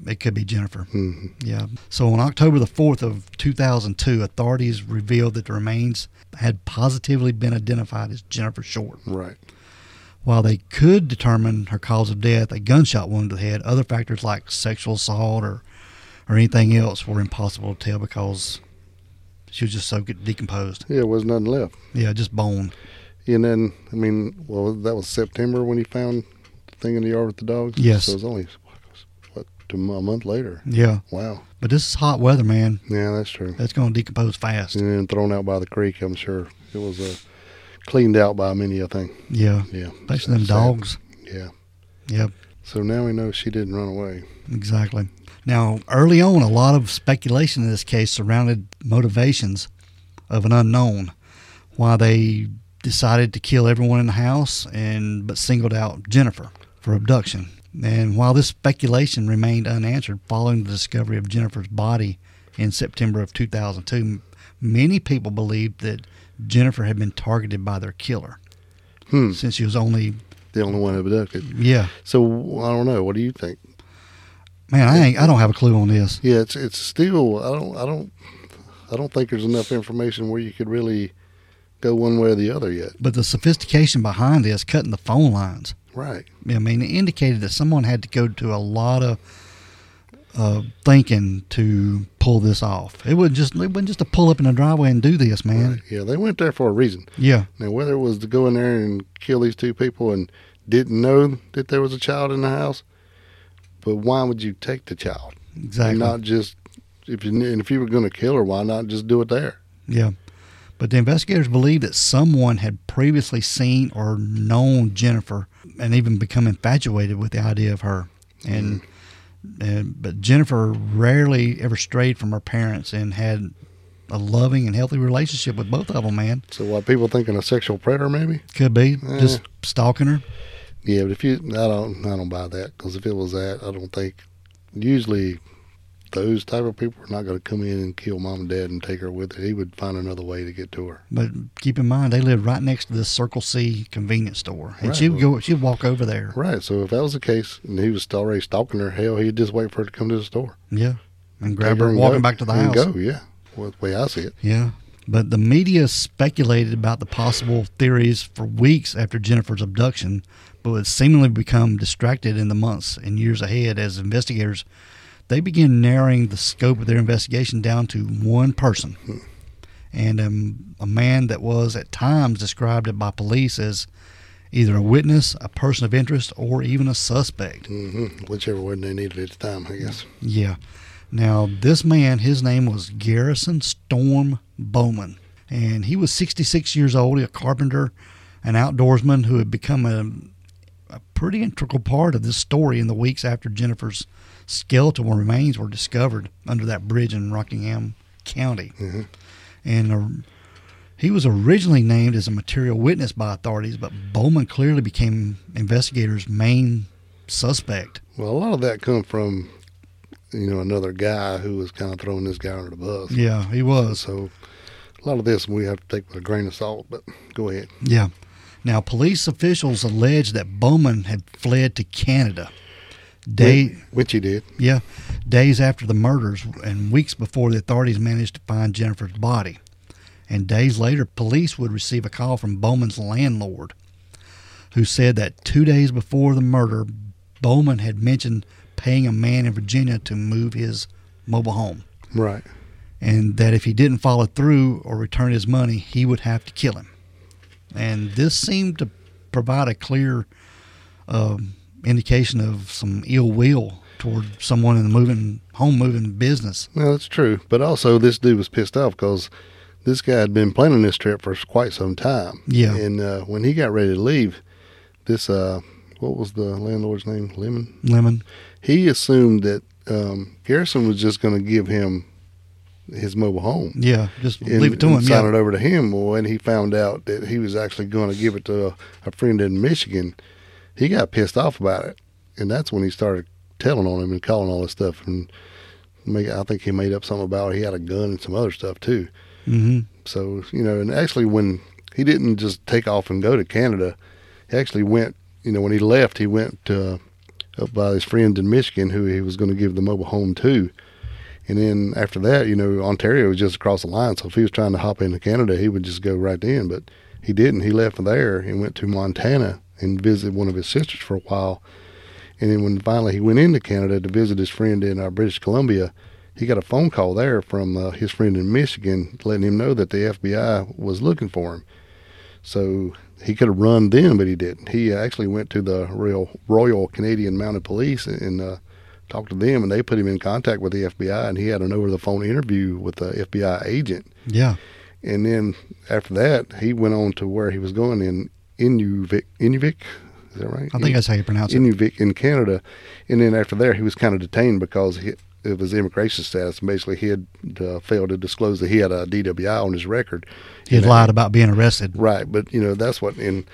Speaker 1: it could be Jennifer.
Speaker 2: hmm
Speaker 1: Yeah. So on October the 4th of 2002, authorities revealed that the remains had positively been identified as Jennifer Short.
Speaker 2: Right.
Speaker 1: While they could determine her cause of death, a gunshot wound to the head, other factors like sexual assault or, or anything else were impossible to tell because she was just so good- decomposed.
Speaker 2: Yeah, there was nothing left.
Speaker 1: Yeah, just bone.
Speaker 2: And then, I mean, well, that was September when he found the thing in the yard with the dogs.
Speaker 1: Yes.
Speaker 2: So it was only, what, two, mo- a month later.
Speaker 1: Yeah.
Speaker 2: Wow.
Speaker 1: But this is hot weather, man.
Speaker 2: Yeah, that's true.
Speaker 1: That's going to decompose fast.
Speaker 2: And then thrown out by the creek, I'm sure. It was uh, cleaned out by many, I think.
Speaker 1: Yeah.
Speaker 2: Yeah.
Speaker 1: Especially them
Speaker 2: Sad.
Speaker 1: dogs.
Speaker 2: Yeah.
Speaker 1: Yep.
Speaker 2: So now we know she didn't run away.
Speaker 1: Exactly. Now, early on, a lot of speculation in this case surrounded motivations of an unknown, why they decided to kill everyone in the house and but singled out Jennifer for abduction. And while this speculation remained unanswered following the discovery of Jennifer's body in September of 2002, m- many people believed that Jennifer had been targeted by their killer
Speaker 2: Hmm.
Speaker 1: since she was only
Speaker 2: The only one abducted.
Speaker 1: yeah.
Speaker 2: So I don't know. What do you think?
Speaker 1: Man, I ain't, I don't have a clue on this.
Speaker 2: Yeah, it's it's still I don't I don't I don't think there's enough information where you could really go one way or the other yet.
Speaker 1: But the sophistication behind this, cutting the phone lines,
Speaker 2: Right.
Speaker 1: I mean, it indicated that someone had to go to a lot of uh, thinking to pull this off. It wasn't just it wasn't just to pull up in the driveway and do this, man.
Speaker 2: Right. Yeah, they went there for a reason.
Speaker 1: Yeah,
Speaker 2: Now whether it was to go in there and kill these two people and didn't know that there was a child in the house, but why would you take the child?
Speaker 1: exactly.
Speaker 2: And not just if you knew- and if you were going to kill her, why not just do it there?
Speaker 1: yeah, but the investigators believed that someone had previously seen or known Jennifer and even become infatuated with the idea of her. And,
Speaker 2: Mm-hmm.
Speaker 1: and but Jennifer rarely ever strayed from her parents and had a loving and healthy relationship with both of them. Man,
Speaker 2: So why people thinking a sexual predator maybe?
Speaker 1: Could be
Speaker 2: Eh.
Speaker 1: just stalking her.
Speaker 2: Yeah, but if you I don't I don't buy that because if it was that I don't think usually those type of people are not going to come in and kill mom and dad and take her with her. He would find another way to get to her.
Speaker 1: But keep in mind, they lived right next to this Circle C convenience store, and
Speaker 2: Right,
Speaker 1: she would
Speaker 2: well-
Speaker 1: go. She'd walk over there.
Speaker 2: Right. So if that was the case and he was already stalking her, hell, he'd just wait for her to come to the store.
Speaker 1: Yeah, and
Speaker 2: Take
Speaker 1: grab her,
Speaker 2: and
Speaker 1: walking
Speaker 2: go-
Speaker 1: back to the
Speaker 2: and
Speaker 1: house.
Speaker 2: Go, yeah. Well, the way I see it.
Speaker 1: Yeah, but the media speculated about the possible theories for weeks after Jennifer's abduction, but would seemingly become distracted in the months and years ahead as investigators they began narrowing the scope of their investigation down to one person, and um, a man that was at times described by police as either a witness, a person of interest, or even a suspect.
Speaker 2: hmm Whichever one they needed at the time, I guess.
Speaker 1: Yeah. Now, this man, his name was Garrison Storm Bowman, and he was 66 years old, a carpenter, an outdoorsman who had become a, a pretty integral part of this story in the weeks after Jennifer's skeletal remains were discovered under that bridge in Rockingham County.
Speaker 2: Mhm.
Speaker 1: And uh, he was originally named as a material witness by authorities, but Bowman clearly became investigators' main suspect.
Speaker 2: Well, a lot of that come from, you know, another guy who was kind of throwing this guy under the bus.
Speaker 1: Yeah, he was.
Speaker 2: So a lot of this we have to take with a grain of salt, but go ahead.
Speaker 1: Yeah. Now, police officials alleged that Bowman had fled to Canada. Day,
Speaker 2: Which he did.
Speaker 1: yeah, days after the murders and weeks before the authorities managed to find Jennifer's body. And days later, police would receive a call from Bowman's landlord, who said that two days before the murder, Bowman had mentioned paying a man in Virginia to move his mobile home,
Speaker 2: Right.
Speaker 1: and that if he didn't follow through or return his money, he would have to kill him. And this seemed to provide a clear um, indication of some ill will toward someone in the moving home moving business.
Speaker 2: Well, that's true. But also, this dude was pissed off because this guy had been planning this trip for quite some time.
Speaker 1: Yeah.
Speaker 2: And uh, when he got ready to leave, this uh, what was the landlord's name? Lemon.
Speaker 1: Lemon.
Speaker 2: He assumed that um, Garrison was just going to give him his mobile home.
Speaker 1: Yeah, just
Speaker 2: and-
Speaker 1: leave it to
Speaker 2: and
Speaker 1: him.
Speaker 2: Sign
Speaker 1: Yeah.
Speaker 2: it over to him. Well, and he found out that he was actually going to give it to a, a friend in Michigan. He got pissed off about it, and that's when he started telling on him and calling all this stuff. And make, I think he made up something about he had a gun and some other stuff too.
Speaker 1: hmm
Speaker 2: So you know, and actually, when he didn't just take off and go to Canada, he actually went. You know, when he left, he went uh, up by his friend in Michigan, who he was going to give the mobile home to. And then after that, you know, Ontario was just across the line. So if he was trying to hop into Canada, he would just go right then. But he didn't. He left there and went to Montana and visited one of his sisters for a while. And then when finally he went into Canada to visit his friend in uh, British Columbia, he got a phone call there from uh, his friend in Michigan letting him know that the FBI was looking for him. So he could have run then, but he didn't. He actually went to the Royal, Royal Canadian Mounted Police and uh, talked to them, and they put him in contact with the FBI, and he had an over the phone interview with the FBI agent.
Speaker 1: Yeah.
Speaker 2: And then after that, he went on to where he was going in Inuvik. Inuvik? Is that right?
Speaker 1: I think that's how you pronounce it.
Speaker 2: Inuvik in Canada, and then after there, he was kind of detained because he, of his immigration status. Basically, he had uh, failed to disclose that he had a DWI on his record.
Speaker 1: He
Speaker 2: And-
Speaker 1: lied about being arrested.
Speaker 2: Right, but you know that's what, and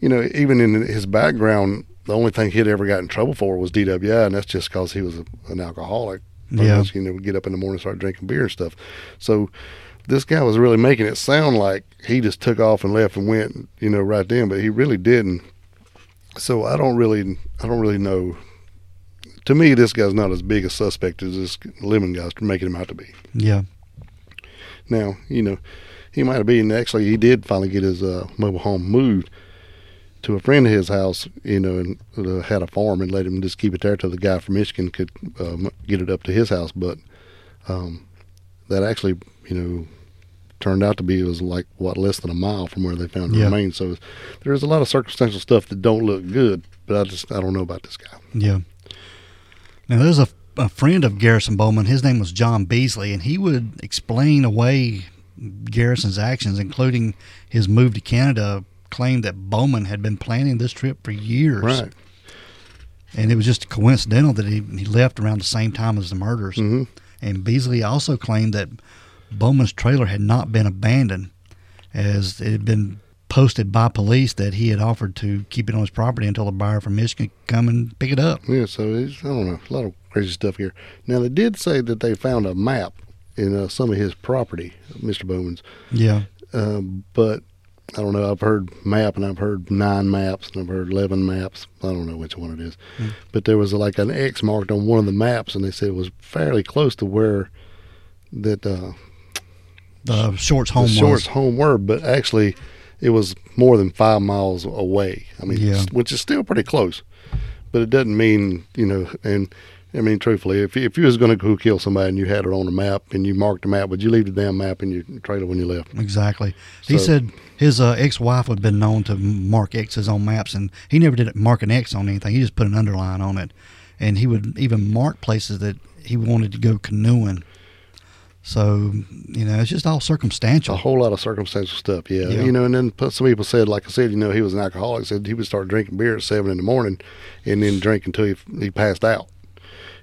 Speaker 2: you know even in his background, the only thing he'd ever got in trouble for was DWI, and that's just because he was a, an alcoholic. Pretty
Speaker 1: Yeah.
Speaker 2: much, you know, would get up in the morning, and start drinking beer and stuff. So this guy was really making it sound like he just took off and left and went, you know, right then, but he really didn't. So I don't really, I don't really know. To me, this guy's not as big a suspect as this Lemon guy's making him out to be.
Speaker 1: Yeah.
Speaker 2: Now, you know, he might have been actually he did finally get his uh, mobile home moved to a friend of his house, you know, and uh, had a farm and let him just keep it there till the guy from Michigan could um, get it up to his house. But um, that actually, you know, turned out to be it was like what less than a mile from where they found the
Speaker 1: Yeah.
Speaker 2: remains. So there's a lot of circumstantial stuff that don't look good. But I just I don't know about this guy.
Speaker 1: Yeah. Now, there's a, a friend of Garrison Bowman. His name was John Beasley, and he would explain away Garrison's actions, including his move to Canada, claimed that Bowman had been planning this trip for years.
Speaker 2: Right.
Speaker 1: And it was just coincidental that he, he left around the same time as the murders.
Speaker 2: hmm
Speaker 1: And Beasley also claimed that Bowman's trailer had not been abandoned, as it had been posted by police that he had offered to keep it on his property until a buyer from Michigan could come and pick it up.
Speaker 2: Yeah, so it's, I don't know, a lot of crazy stuff here. Now they did say that they found a map in uh, some of his property, Mr. Bowman's,
Speaker 1: Yeah.
Speaker 2: uh, but I don't know. I've heard map and I've heard nine maps and I've heard eleven maps. I don't know which one it is,
Speaker 1: Mm.
Speaker 2: but there was like an X marked on one of the maps, and they said it was fairly close to where that uh,
Speaker 1: the shorts home
Speaker 2: the shorts home were, but actually it was more than five miles away. I mean,
Speaker 1: Yeah.
Speaker 2: which is still pretty close, but it doesn't mean you know. And I mean, truthfully, if you- if you was going to go kill somebody and you had it on a map and you marked the map, would you leave the damn map in your trailer when you left?
Speaker 1: was. Exactly. He
Speaker 2: So-
Speaker 1: said his uh, ex-wife had been known to mark X's on maps, and he never did mark an X on anything. He just put an underline on it, and he would even mark places that he wanted to go canoeing. So you know, it's just all
Speaker 2: A
Speaker 1: circumstantial.
Speaker 2: whole lot of circumstantial stuff, yeah.
Speaker 1: Yeah.
Speaker 2: You know, and then put- some people said, like I said, you know, he was an alcoholic. Said he would start drinking beer at seven in the morning, and then drink until he he passed out.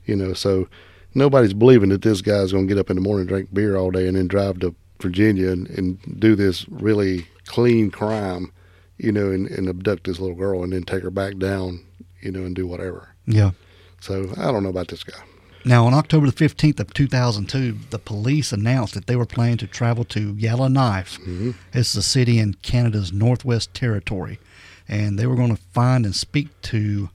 Speaker 2: You know, so nobody's believing that this guy's going to get up in the morning, drink beer all day, and then drive to Virginia and, and do this really clean crime. You know, and, and abduct this little girl and then take her back down. You know, and do whatever.
Speaker 1: Yeah.
Speaker 2: So I don't know about this guy.
Speaker 1: Now, on October the 15th of 2002, the police announced that they were planning to travel to Yellowknife. It's a city in Canada's Northwest Territory. And they were going to find and speak to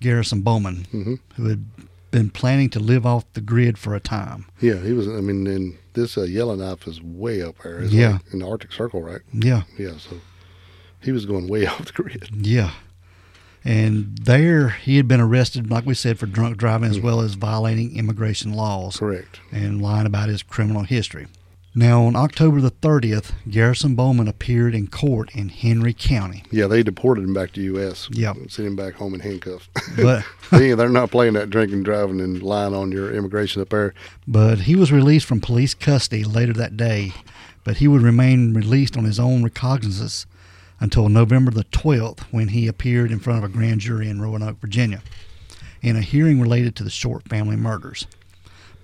Speaker 1: Garrison Bowman, who had been planning to live off the grid for a time.
Speaker 2: Yeah, he was. I mean, and this uh, Yellowknife is way up there. It's
Speaker 1: Yeah.
Speaker 2: like in the Arctic Circle, right?
Speaker 1: Yeah,
Speaker 2: Yeah, so he was going way off the grid.
Speaker 1: yeah. And there he had been arrested, like we said, for drunk driving as well as violating immigration laws
Speaker 2: Correct.
Speaker 1: and lying about his criminal history. Now, on October the 30th, Garrison Bowman appeared in court in Henry County.
Speaker 2: Yeah, they deported him back to U.S.
Speaker 1: Yeah.
Speaker 2: sent him back home in handcuffs.
Speaker 1: But
Speaker 2: they, they're not playing that drinking, driving, and lying on your immigration up there.
Speaker 1: but he was released from police custody later that day, but he would remain released on his own recognizance until November the 12th when he appeared in front of a grand jury in Roanoke, Virginia, in a hearing related to the Short family murders.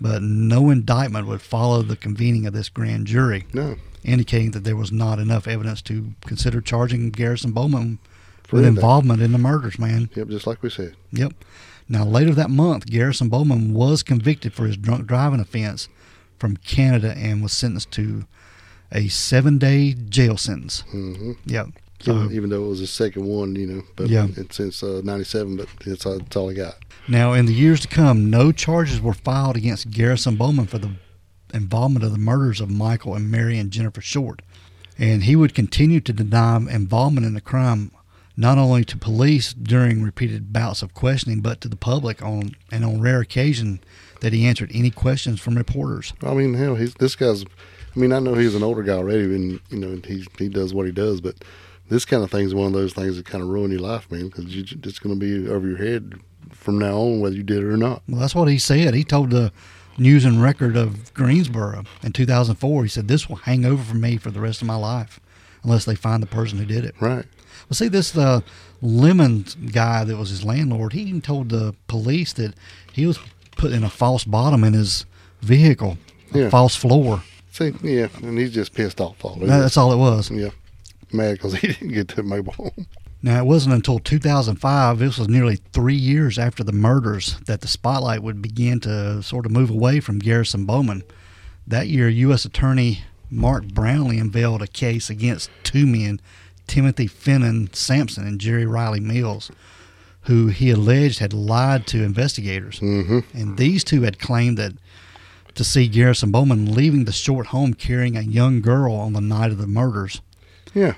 Speaker 1: But no indictment would follow the convening of this grand jury,
Speaker 2: No,
Speaker 1: indicating that there was not enough evidence to consider charging Garrison Bowman
Speaker 2: For
Speaker 1: with
Speaker 2: anything.
Speaker 1: involvement in the murders, man.
Speaker 2: yep, just like we said.
Speaker 1: Yep. Now, later that month, Garrison Bowman was convicted for his drunk driving offense from Canada and was sentenced to a seven day jail sentence.
Speaker 2: hmm
Speaker 1: Yep.
Speaker 2: So
Speaker 1: So,
Speaker 2: even though it was the second one, you know, but
Speaker 1: Yeah.
Speaker 2: it's since uh, '97, but it's uh, it's all I got.
Speaker 1: now, in the years to come, no charges were filed against Garrison Bowman for the involvement of the murders of Michael and Mary and Jennifer Short. And he would continue to deny involvement in the crime not only to police during repeated bouts of questioning, but to the public on and on rare occasion that he answered any questions from reporters.
Speaker 2: I mean, hell, he's this guy's. I mean, I know he's an older guy already, and you know he he does what he does, but this kind of thing is one of those things that kind of ruin your life, man, because you're ju- just going to be over your head from now on, whether you did it or not.
Speaker 1: Well, that's what he said. He told the News and Record of Greensboro in 2004. He said, "This will hang over for me for the rest of my life, unless they find the person who did it."
Speaker 2: Right?
Speaker 1: Well, see, this uh, Lemon guy that was his landlord. He even told the police that he was putting a false bottom in his vehicle, a
Speaker 2: Yeah.
Speaker 1: false floor.
Speaker 2: See, yeah, and he's just pissed off all over.
Speaker 1: That- That's all it was.
Speaker 2: yeah, mad because he didn't get to mobile home.
Speaker 1: Now, it wasn't until 2005, this was nearly three years after the murders, that the spotlight would begin to sort of move away from Garrison Bowman. That year, U.S. Attorney Mark Brownlee unveiled a case against two men, Timothy Finnan Sampson and Jerry Riley Mills, who he alleged had lied to investigators.
Speaker 2: Mm-hmm.
Speaker 1: And these two had claimed that to see Garrison Bowman leaving the short home carrying a young girl on the night of the murders
Speaker 2: Yeah,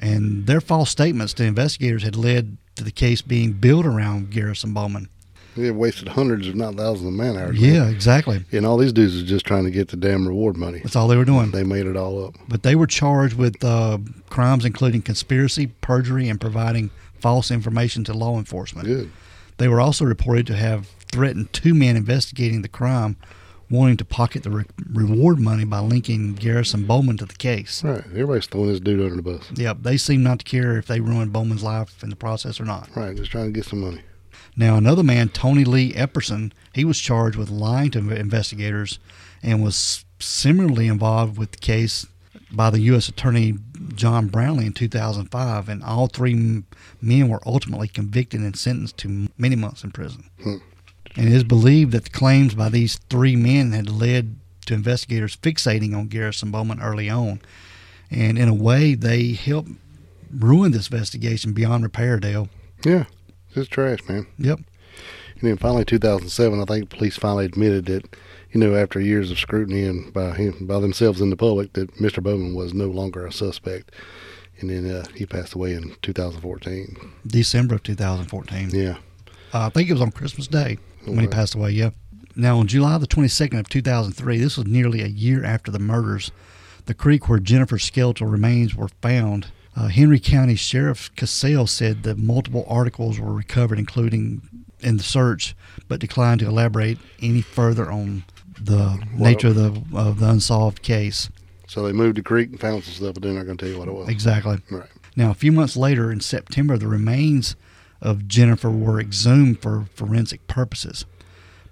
Speaker 1: and their false statements to investigators had led to the case being built around Garrison Bowman.
Speaker 2: they wasted hundreds, if not thousands, of man hours.
Speaker 1: Yeah, exactly.
Speaker 2: and all these dudes are just trying to get the damn reward money.
Speaker 1: That's all they were doing.
Speaker 2: They made it all up.
Speaker 1: But they were charged with uh, crimes including conspiracy, perjury, and providing false information to law enforcement.
Speaker 2: Good.
Speaker 1: They were also reported to have threatened two men investigating the crime, wanting to pocket the re- reward money by linking Garrison Bowman to the case.
Speaker 2: Right. Everybody's throwing this dude under the bus.
Speaker 1: Yep, they seem not to care if they ruined Bowman's life in the process or not.
Speaker 2: Right. Just trying to get some money.
Speaker 1: Now, another man, Tony Lee Epperson, he was charged with lying to investigators and was similarly involved with the case by the U.S. Attorney John Brownlee in 2005. And all three m- men were ultimately convicted and sentenced to many months in prison.
Speaker 2: Hmm.
Speaker 1: And it is believed that the claims by these three men had led to investigators fixating on Garrison Bowman early on. And in a way, they helped ruin this investigation beyond repair, Dale.
Speaker 2: Yeah. Just trash, man.
Speaker 1: Yep.
Speaker 2: And then finally, 2007, I think police finally admitted that, you know, after years of scrutiny and by him, by themselves and the public, that Mr. Bowman was no longer a suspect. And then uh, he passed away in 2014.
Speaker 1: December of 2014.
Speaker 2: Yeah.
Speaker 1: Uh, I think it was on Christmas Day when he
Speaker 2: Okay.
Speaker 1: passed away. Yeah. Now on July the 22nd of 2003, this was nearly a year after the murders. The creek where Jennifer's skeletal remains were found. Uh, Henry County Sheriff Cassell said that multiple articles were recovered, including in the search, but declined to elaborate any further on the nature of the of the unsolved case.
Speaker 2: So they moved to Creek and found some stuff, but they're not going to tell you what it was.
Speaker 1: Exactly.
Speaker 2: Right.
Speaker 1: Now, a few months later in September, the remains of Jennifer were exhumed for forensic purposes,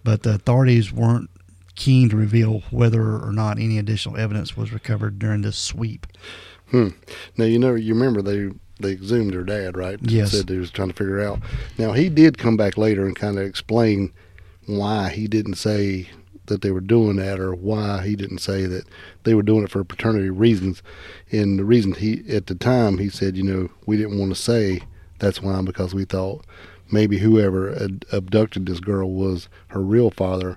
Speaker 1: but the authorities weren't keen to reveal whether or not any additional evidence was recovered during this sweep.
Speaker 2: Hmm. Now you know you remember they they exhumed her dad, right?
Speaker 1: Yes.
Speaker 2: Said they was trying to figure out. Now he did come back later and kind of explain why he didn't say that they were doing that or why he didn't say that they were doing it for paternity reasons. And the reason he at the time he said, you know, we didn't want to say that's why because we thought maybe whoever ad- abducted this girl was her real father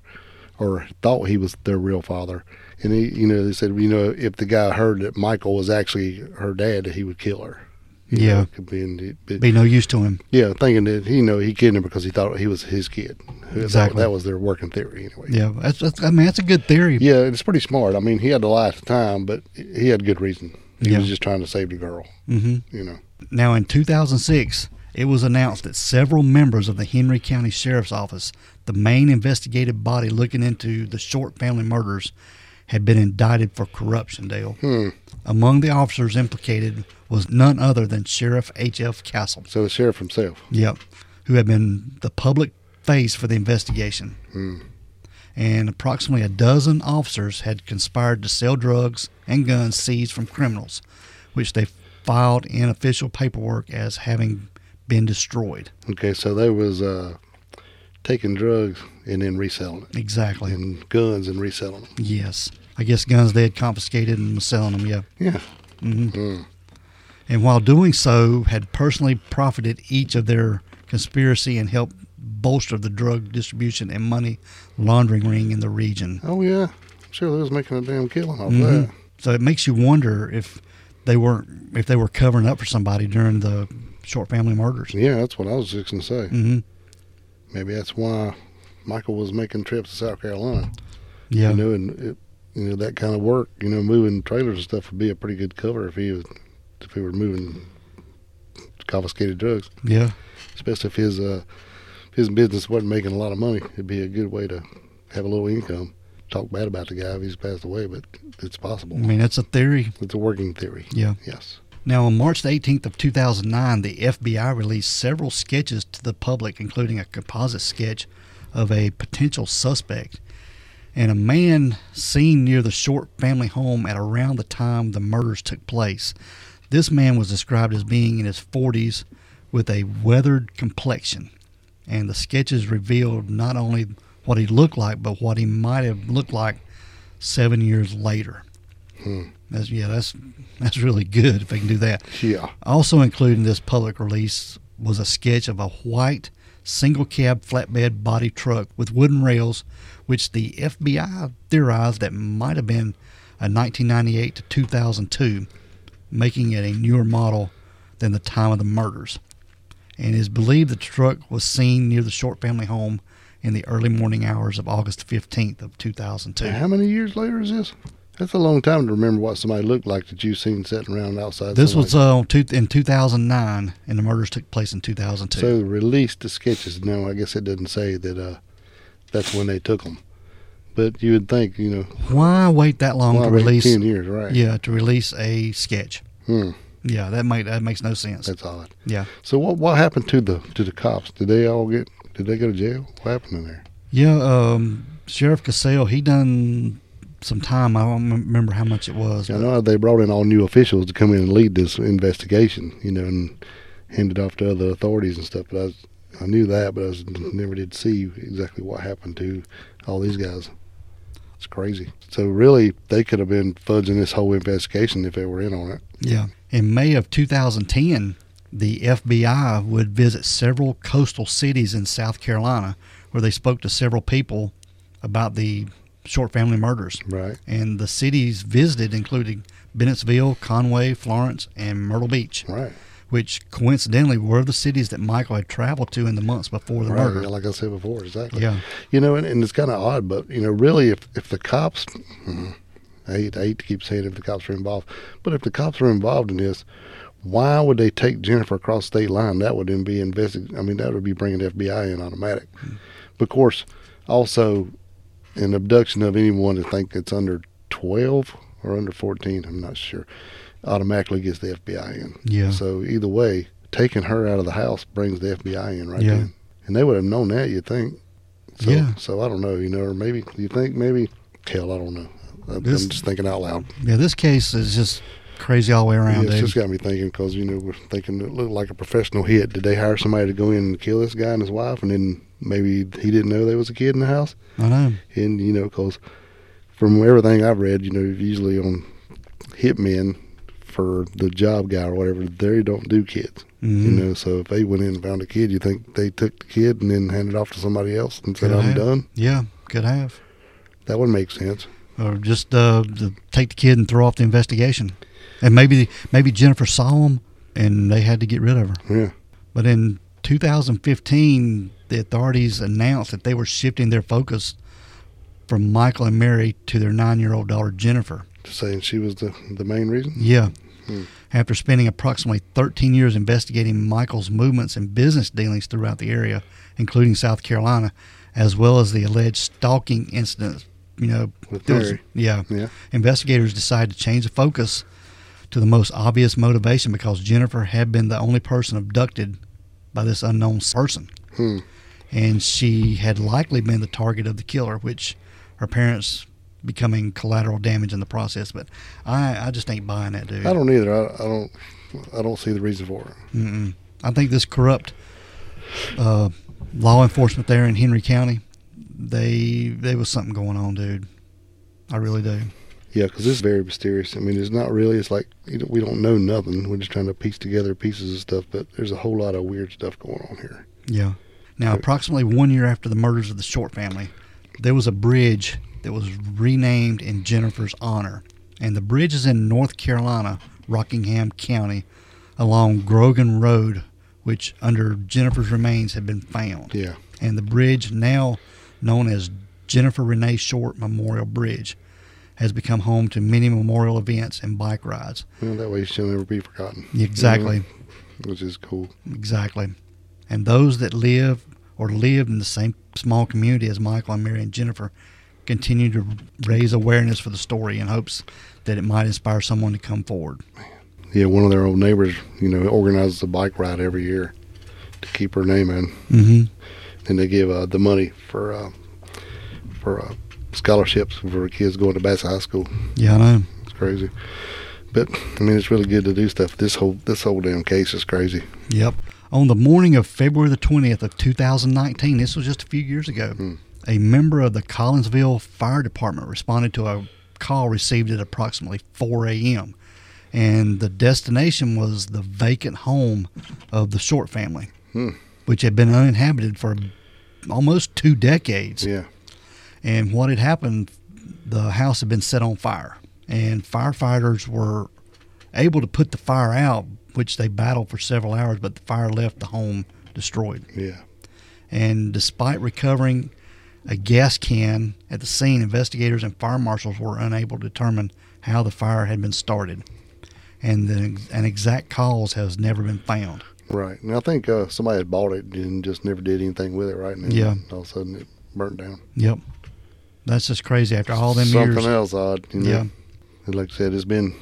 Speaker 2: or thought he was their real father. And he, you know, they said, you know, if the guy heard that Michael was actually her dad, that he would kill her. you
Speaker 1: Yeah.
Speaker 2: know, could be in the- but-
Speaker 1: Be no use to him.
Speaker 2: yeah, thinking that he you know he kidnapped her because he thought he was his kid. Who- that-
Speaker 1: Exactly.
Speaker 2: that was their working theory anyway.
Speaker 1: Yeah, that's, that's I mean that's a good theory.
Speaker 2: Yeah, it's pretty smart. I mean, he had to lie at the time, but he had good reason. He
Speaker 1: Yeah.
Speaker 2: was just trying to save the girl,
Speaker 1: hmm
Speaker 2: you know.
Speaker 1: Now in 2006, it was announced that several members of the Henry County Sheriff's Office, the main investigative body looking into the Short family murders, had been indicted for corruption. Dale.
Speaker 2: Hmm.
Speaker 1: Among the officers implicated was none other than Sheriff H.F. Castle.
Speaker 2: So the sheriff himself.
Speaker 1: Yep. Who had been the public face for the investigation. And approximately a dozen officers had conspired to sell drugs and guns seized from criminals, which they filed in official paperwork as having been destroyed.
Speaker 2: Okay, so they was uh, taking drugs and then reselling it,
Speaker 1: Exactly.
Speaker 2: and guns and reselling them.
Speaker 1: Yes. I guess guns they had confiscated and was selling them, yeah.
Speaker 2: Yeah.
Speaker 1: And while doing so, had personally profited each of their conspiracy and helped bolster the drug distribution and money laundering ring in the region.
Speaker 2: Oh yeah. I'm sure they was making a damn killing off
Speaker 1: Mhm.
Speaker 2: that.
Speaker 1: So it makes you wonder if they weren't if they were covering up for somebody during the short family murders.
Speaker 2: Yeah, that's what I was just gonna say.
Speaker 1: hmm
Speaker 2: Maybe that's why Michael was making trips to South Carolina.
Speaker 1: Yeah,
Speaker 2: You know, and it, you know that kind of work. You know, moving trailers and stuff would be a pretty good cover if he was if he were moving confiscated drugs,
Speaker 1: yeah,
Speaker 2: especially if his uh if his business wasn't making a lot of money. It'd be a good way to have a little income. Talk bad about the guy if he's passed away, but it's
Speaker 1: I
Speaker 2: possible.
Speaker 1: mean that's a theory.
Speaker 2: It's a working theory.
Speaker 1: Yeah.
Speaker 2: Yes.
Speaker 1: Now on March the 18th of 2009, the FBI released several sketches to the public, including a composite sketch of a potential suspect and a man seen near the short family home at around the time the murders took place. This man was described as being in his 40s with a weathered complexion, and the sketches revealed not only what he looked like, but what he might have looked like seven years later.
Speaker 2: Hmm.
Speaker 1: That's, yeah, that's that's really good if they can do that.
Speaker 2: Yeah.
Speaker 1: Also included in this public release was a sketch of a white single cab flatbed body truck with wooden rails, which the FBI theorized that might have been a 1998 to 2002, making it a newer model than the time of the murders. And it is believed the truck was seen near the Short family home in the early morning hours of August 15th of 2002.
Speaker 2: How many years later is this? That's a long time to remember what somebody looked like that you seen sitting around outside.
Speaker 1: This
Speaker 2: somebody's-
Speaker 1: was uh, on two, in 2009, and the murders took place in 2002.
Speaker 2: so released the sketches. Now I guess it doesn't say that uh, that's when they took them, but you would think you know
Speaker 1: Why wait that long
Speaker 2: why
Speaker 1: to
Speaker 2: wait
Speaker 1: release?
Speaker 2: ten years, right?
Speaker 1: Yeah, to release a sketch.
Speaker 2: Hmm,
Speaker 1: Yeah, that might that makes no sense.
Speaker 2: that's odd.
Speaker 1: Yeah,
Speaker 2: So what what happened to the to the cops? Did they all get? Did they go to jail? What happened in there?
Speaker 1: yeah. Um, Sheriff Cassell, he done some time. I don't mem- remember how much it was.
Speaker 2: I
Speaker 1: but-
Speaker 2: know they brought in all new officials to come in and lead this investigation, you know, and handed off to other authorities and stuff. But I, was, I knew that, but I was, never did see exactly what happened to all these guys. It's crazy. So really, they could have been fudging this whole investigation if they were in on it.
Speaker 1: Yeah. In May of 2010, the FBI would visit several coastal cities in South Carolina, where they spoke to several people about the short family murders.
Speaker 2: Right.
Speaker 1: and the cities visited including Bennettsville, Conway, Florence, and Myrtle Beach,
Speaker 2: Right.
Speaker 1: which coincidentally were the cities that Michael had traveled to in the months before the
Speaker 2: right.
Speaker 1: murder.
Speaker 2: Like I said before, exactly.
Speaker 1: Yeah,
Speaker 2: You know, and, and it's kind of odd, but you know, really, if if the cops, mm, I hate, I hate to keep saying if the cops are involved, but if the cops are involved in this, why would they take Jennifer across state line? That would then be invested. I mean, that would be bringing the FBI in automatic. But of course, also an abduction of anyone I think that's under twelve or under fourteen, I'm not sure, automatically gets the FBI in.
Speaker 1: yeah,
Speaker 2: So either way, taking her out of the house brings the FBI in right
Speaker 1: Yeah.
Speaker 2: then, and they would have known that. You think? So,
Speaker 1: Yeah.
Speaker 2: So I don't know. You know, or maybe you think maybe hell, I don't know. I'm, I'm
Speaker 1: This-
Speaker 2: just thinking out loud.
Speaker 1: yeah. This case is just crazy all the way
Speaker 2: Yeah,
Speaker 1: around.
Speaker 2: it's
Speaker 1: dude.
Speaker 2: just got me thinking because you know we're thinking it looked like a professional hit. Did they hire somebody to go in and kill this guy and his wife, and then maybe he didn't know there was a kid in the house?
Speaker 1: I know.
Speaker 2: And you know, because from everything I've read, you know, usually on hitmen for the job guy or whatever, they don't do kids.
Speaker 1: Mhm.
Speaker 2: You know, so if they went in and found a kid, you think they took the kid and then handed it off to somebody else and said,
Speaker 1: Could
Speaker 2: "I'm
Speaker 1: have.
Speaker 2: done."
Speaker 1: Yeah, could have,
Speaker 2: That would make sense.
Speaker 1: or just uh, the, take the kid and throw off the investigation, and maybe maybe Jennifer saw him and they had to get rid of her.
Speaker 2: Yeah.
Speaker 1: But in 2015, the authorities announced that they were shifting their focus from Michael and Mary to their nine year old daughter, Jennifer.
Speaker 2: Just saying she was the, the main reason.
Speaker 1: Yeah.
Speaker 2: Hmm.
Speaker 1: After spending approximately 13 years investigating Michael's movements and business dealings throughout the area, including South Carolina, as well as the alleged stalking incidents, you know,
Speaker 2: With
Speaker 1: there was-
Speaker 2: Mary.
Speaker 1: yeah,
Speaker 2: Yeah.
Speaker 1: investigators decided to change the focus to the most obvious motivation because Jennifer had been the only person abducted by this unknown person.
Speaker 2: Hmm.
Speaker 1: And she had likely been the target of the killer, which her parents becoming collateral damage in the process. But I, I just ain't buying that, dude.
Speaker 2: I don't either. I, I don't. I don't see the reason for it.
Speaker 1: Mm-mm. I think this corrupt uh, law enforcement there in Henry County, they there was something going on, dude. I really do.
Speaker 2: Yeah, because it's very mysterious. I mean, it's not really. It's like you know, we don't know nothing. We're just trying to piece together pieces of stuff. But there's a whole lot of weird stuff going on here.
Speaker 1: Yeah. Now, approximately one year after the murders of the Short family, there was a bridge that was renamed in Jennifer's honor. And the bridge is in North Carolina, Rockingham County, along Grogan Road, which under Jennifer's remains had been found.
Speaker 2: Yeah.
Speaker 1: And the bridge, now known as Jennifer Renee Short Memorial Bridge, has become home to many memorial events and bike rides.
Speaker 2: Well, that way she'll never be forgotten.
Speaker 1: Exactly.
Speaker 2: Which is cool.
Speaker 1: Exactly. And those that live or lived in the same small community as Michael and Mary and Jennifer continue to raise awareness for the story in hopes that it might inspire someone to come forward.
Speaker 2: Yeah, one of their old neighbors, you know, organizes a bike ride every year to keep her name in,
Speaker 1: Mm-hmm.
Speaker 2: and they give uh, the money for uh, for uh, scholarships for kids going to Bass High School.
Speaker 1: Yeah, I know.
Speaker 2: It's crazy. But I mean, it's really good to do stuff. This whole this whole damn case is crazy.
Speaker 1: Yep. On the morning of February the 20th of 2019, this was just a few years ago,
Speaker 2: Hmm.
Speaker 1: a member of the Collinsville Fire Department responded to a call received at approximately 4 a.m. And the destination was the vacant home of the Short family,
Speaker 2: Hmm.
Speaker 1: which had been uninhabited for almost two decades.
Speaker 2: Yeah.
Speaker 1: And what had happened, the house had been set on fire, and firefighters were able to put the fire out, which they battled for several hours, but the fire left the home destroyed.
Speaker 2: Yeah.
Speaker 1: And despite recovering a gas can at the scene, investigators and fire marshals were unable to determine how the fire had been started. And the, an exact cause has never been found.
Speaker 2: Right. And I think uh, somebody had bought it and just never did anything with it, right? And then
Speaker 1: Yeah.
Speaker 2: All of a sudden it burnt down.
Speaker 1: Yep. That's just crazy after all them
Speaker 2: Something
Speaker 1: years.
Speaker 2: else odd. You know?
Speaker 1: Yeah.
Speaker 2: And like I said, it's been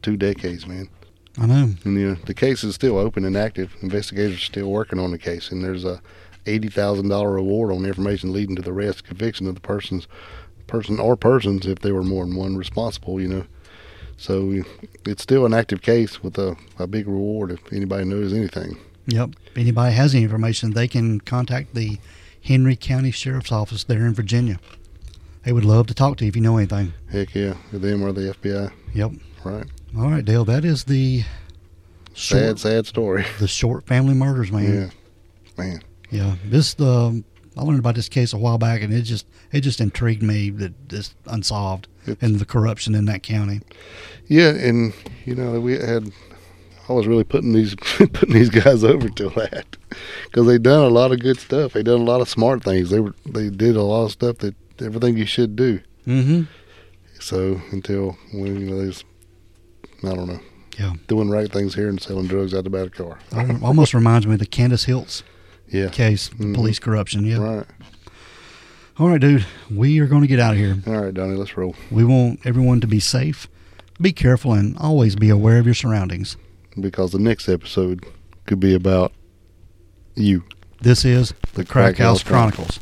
Speaker 2: two decades, man.
Speaker 1: I know.
Speaker 2: And you know, the case is still open and active. Investigators are still working on the case, and there's a eighty thousand dollar reward on information leading to the arrest, conviction of the persons, person or persons if they were more than one responsible. You know, so it's still an active case with a, a big reward if anybody knows anything.
Speaker 1: Yep. If anybody has any information, they can contact the Henry County Sheriff's Office there in Virginia. They would love to talk to you if you know anything.
Speaker 2: Heck yeah, them or the FBI,
Speaker 1: Yep.
Speaker 2: right?
Speaker 1: All right, Dale. That is the
Speaker 2: Sad,
Speaker 1: short,
Speaker 2: sad story.
Speaker 1: the short family murders,
Speaker 2: Yeah,
Speaker 1: man.
Speaker 2: man.
Speaker 1: Yeah. This the I learned about this case a while back, and it just it just intrigued me that this unsolved
Speaker 2: It's-
Speaker 1: and the corruption in that county.
Speaker 2: Yeah, and you know we had. I was really putting these putting these guys over to that because they done a lot of good stuff. They done a lot of smart things. They were they did a lot of stuff that everything you should do.
Speaker 1: Mm-hmm.
Speaker 2: So until when you know they was, I don't know.
Speaker 1: Yeah.
Speaker 2: doing right things here and selling drugs out the back of the car.
Speaker 1: Almost reminds me of the Candace Hiltz
Speaker 2: Yeah,
Speaker 1: case,
Speaker 2: Mhm.
Speaker 1: police corruption. Yeah.
Speaker 2: right.
Speaker 1: All right, dude. We are going to get out of here.
Speaker 2: All right, Donnie, let's roll.
Speaker 1: We want everyone to be safe, be careful, and always be aware of your surroundings.
Speaker 2: Because the next episode could be about you.
Speaker 1: This is
Speaker 2: The
Speaker 1: Crack
Speaker 2: Crack House
Speaker 1: House Chronicles.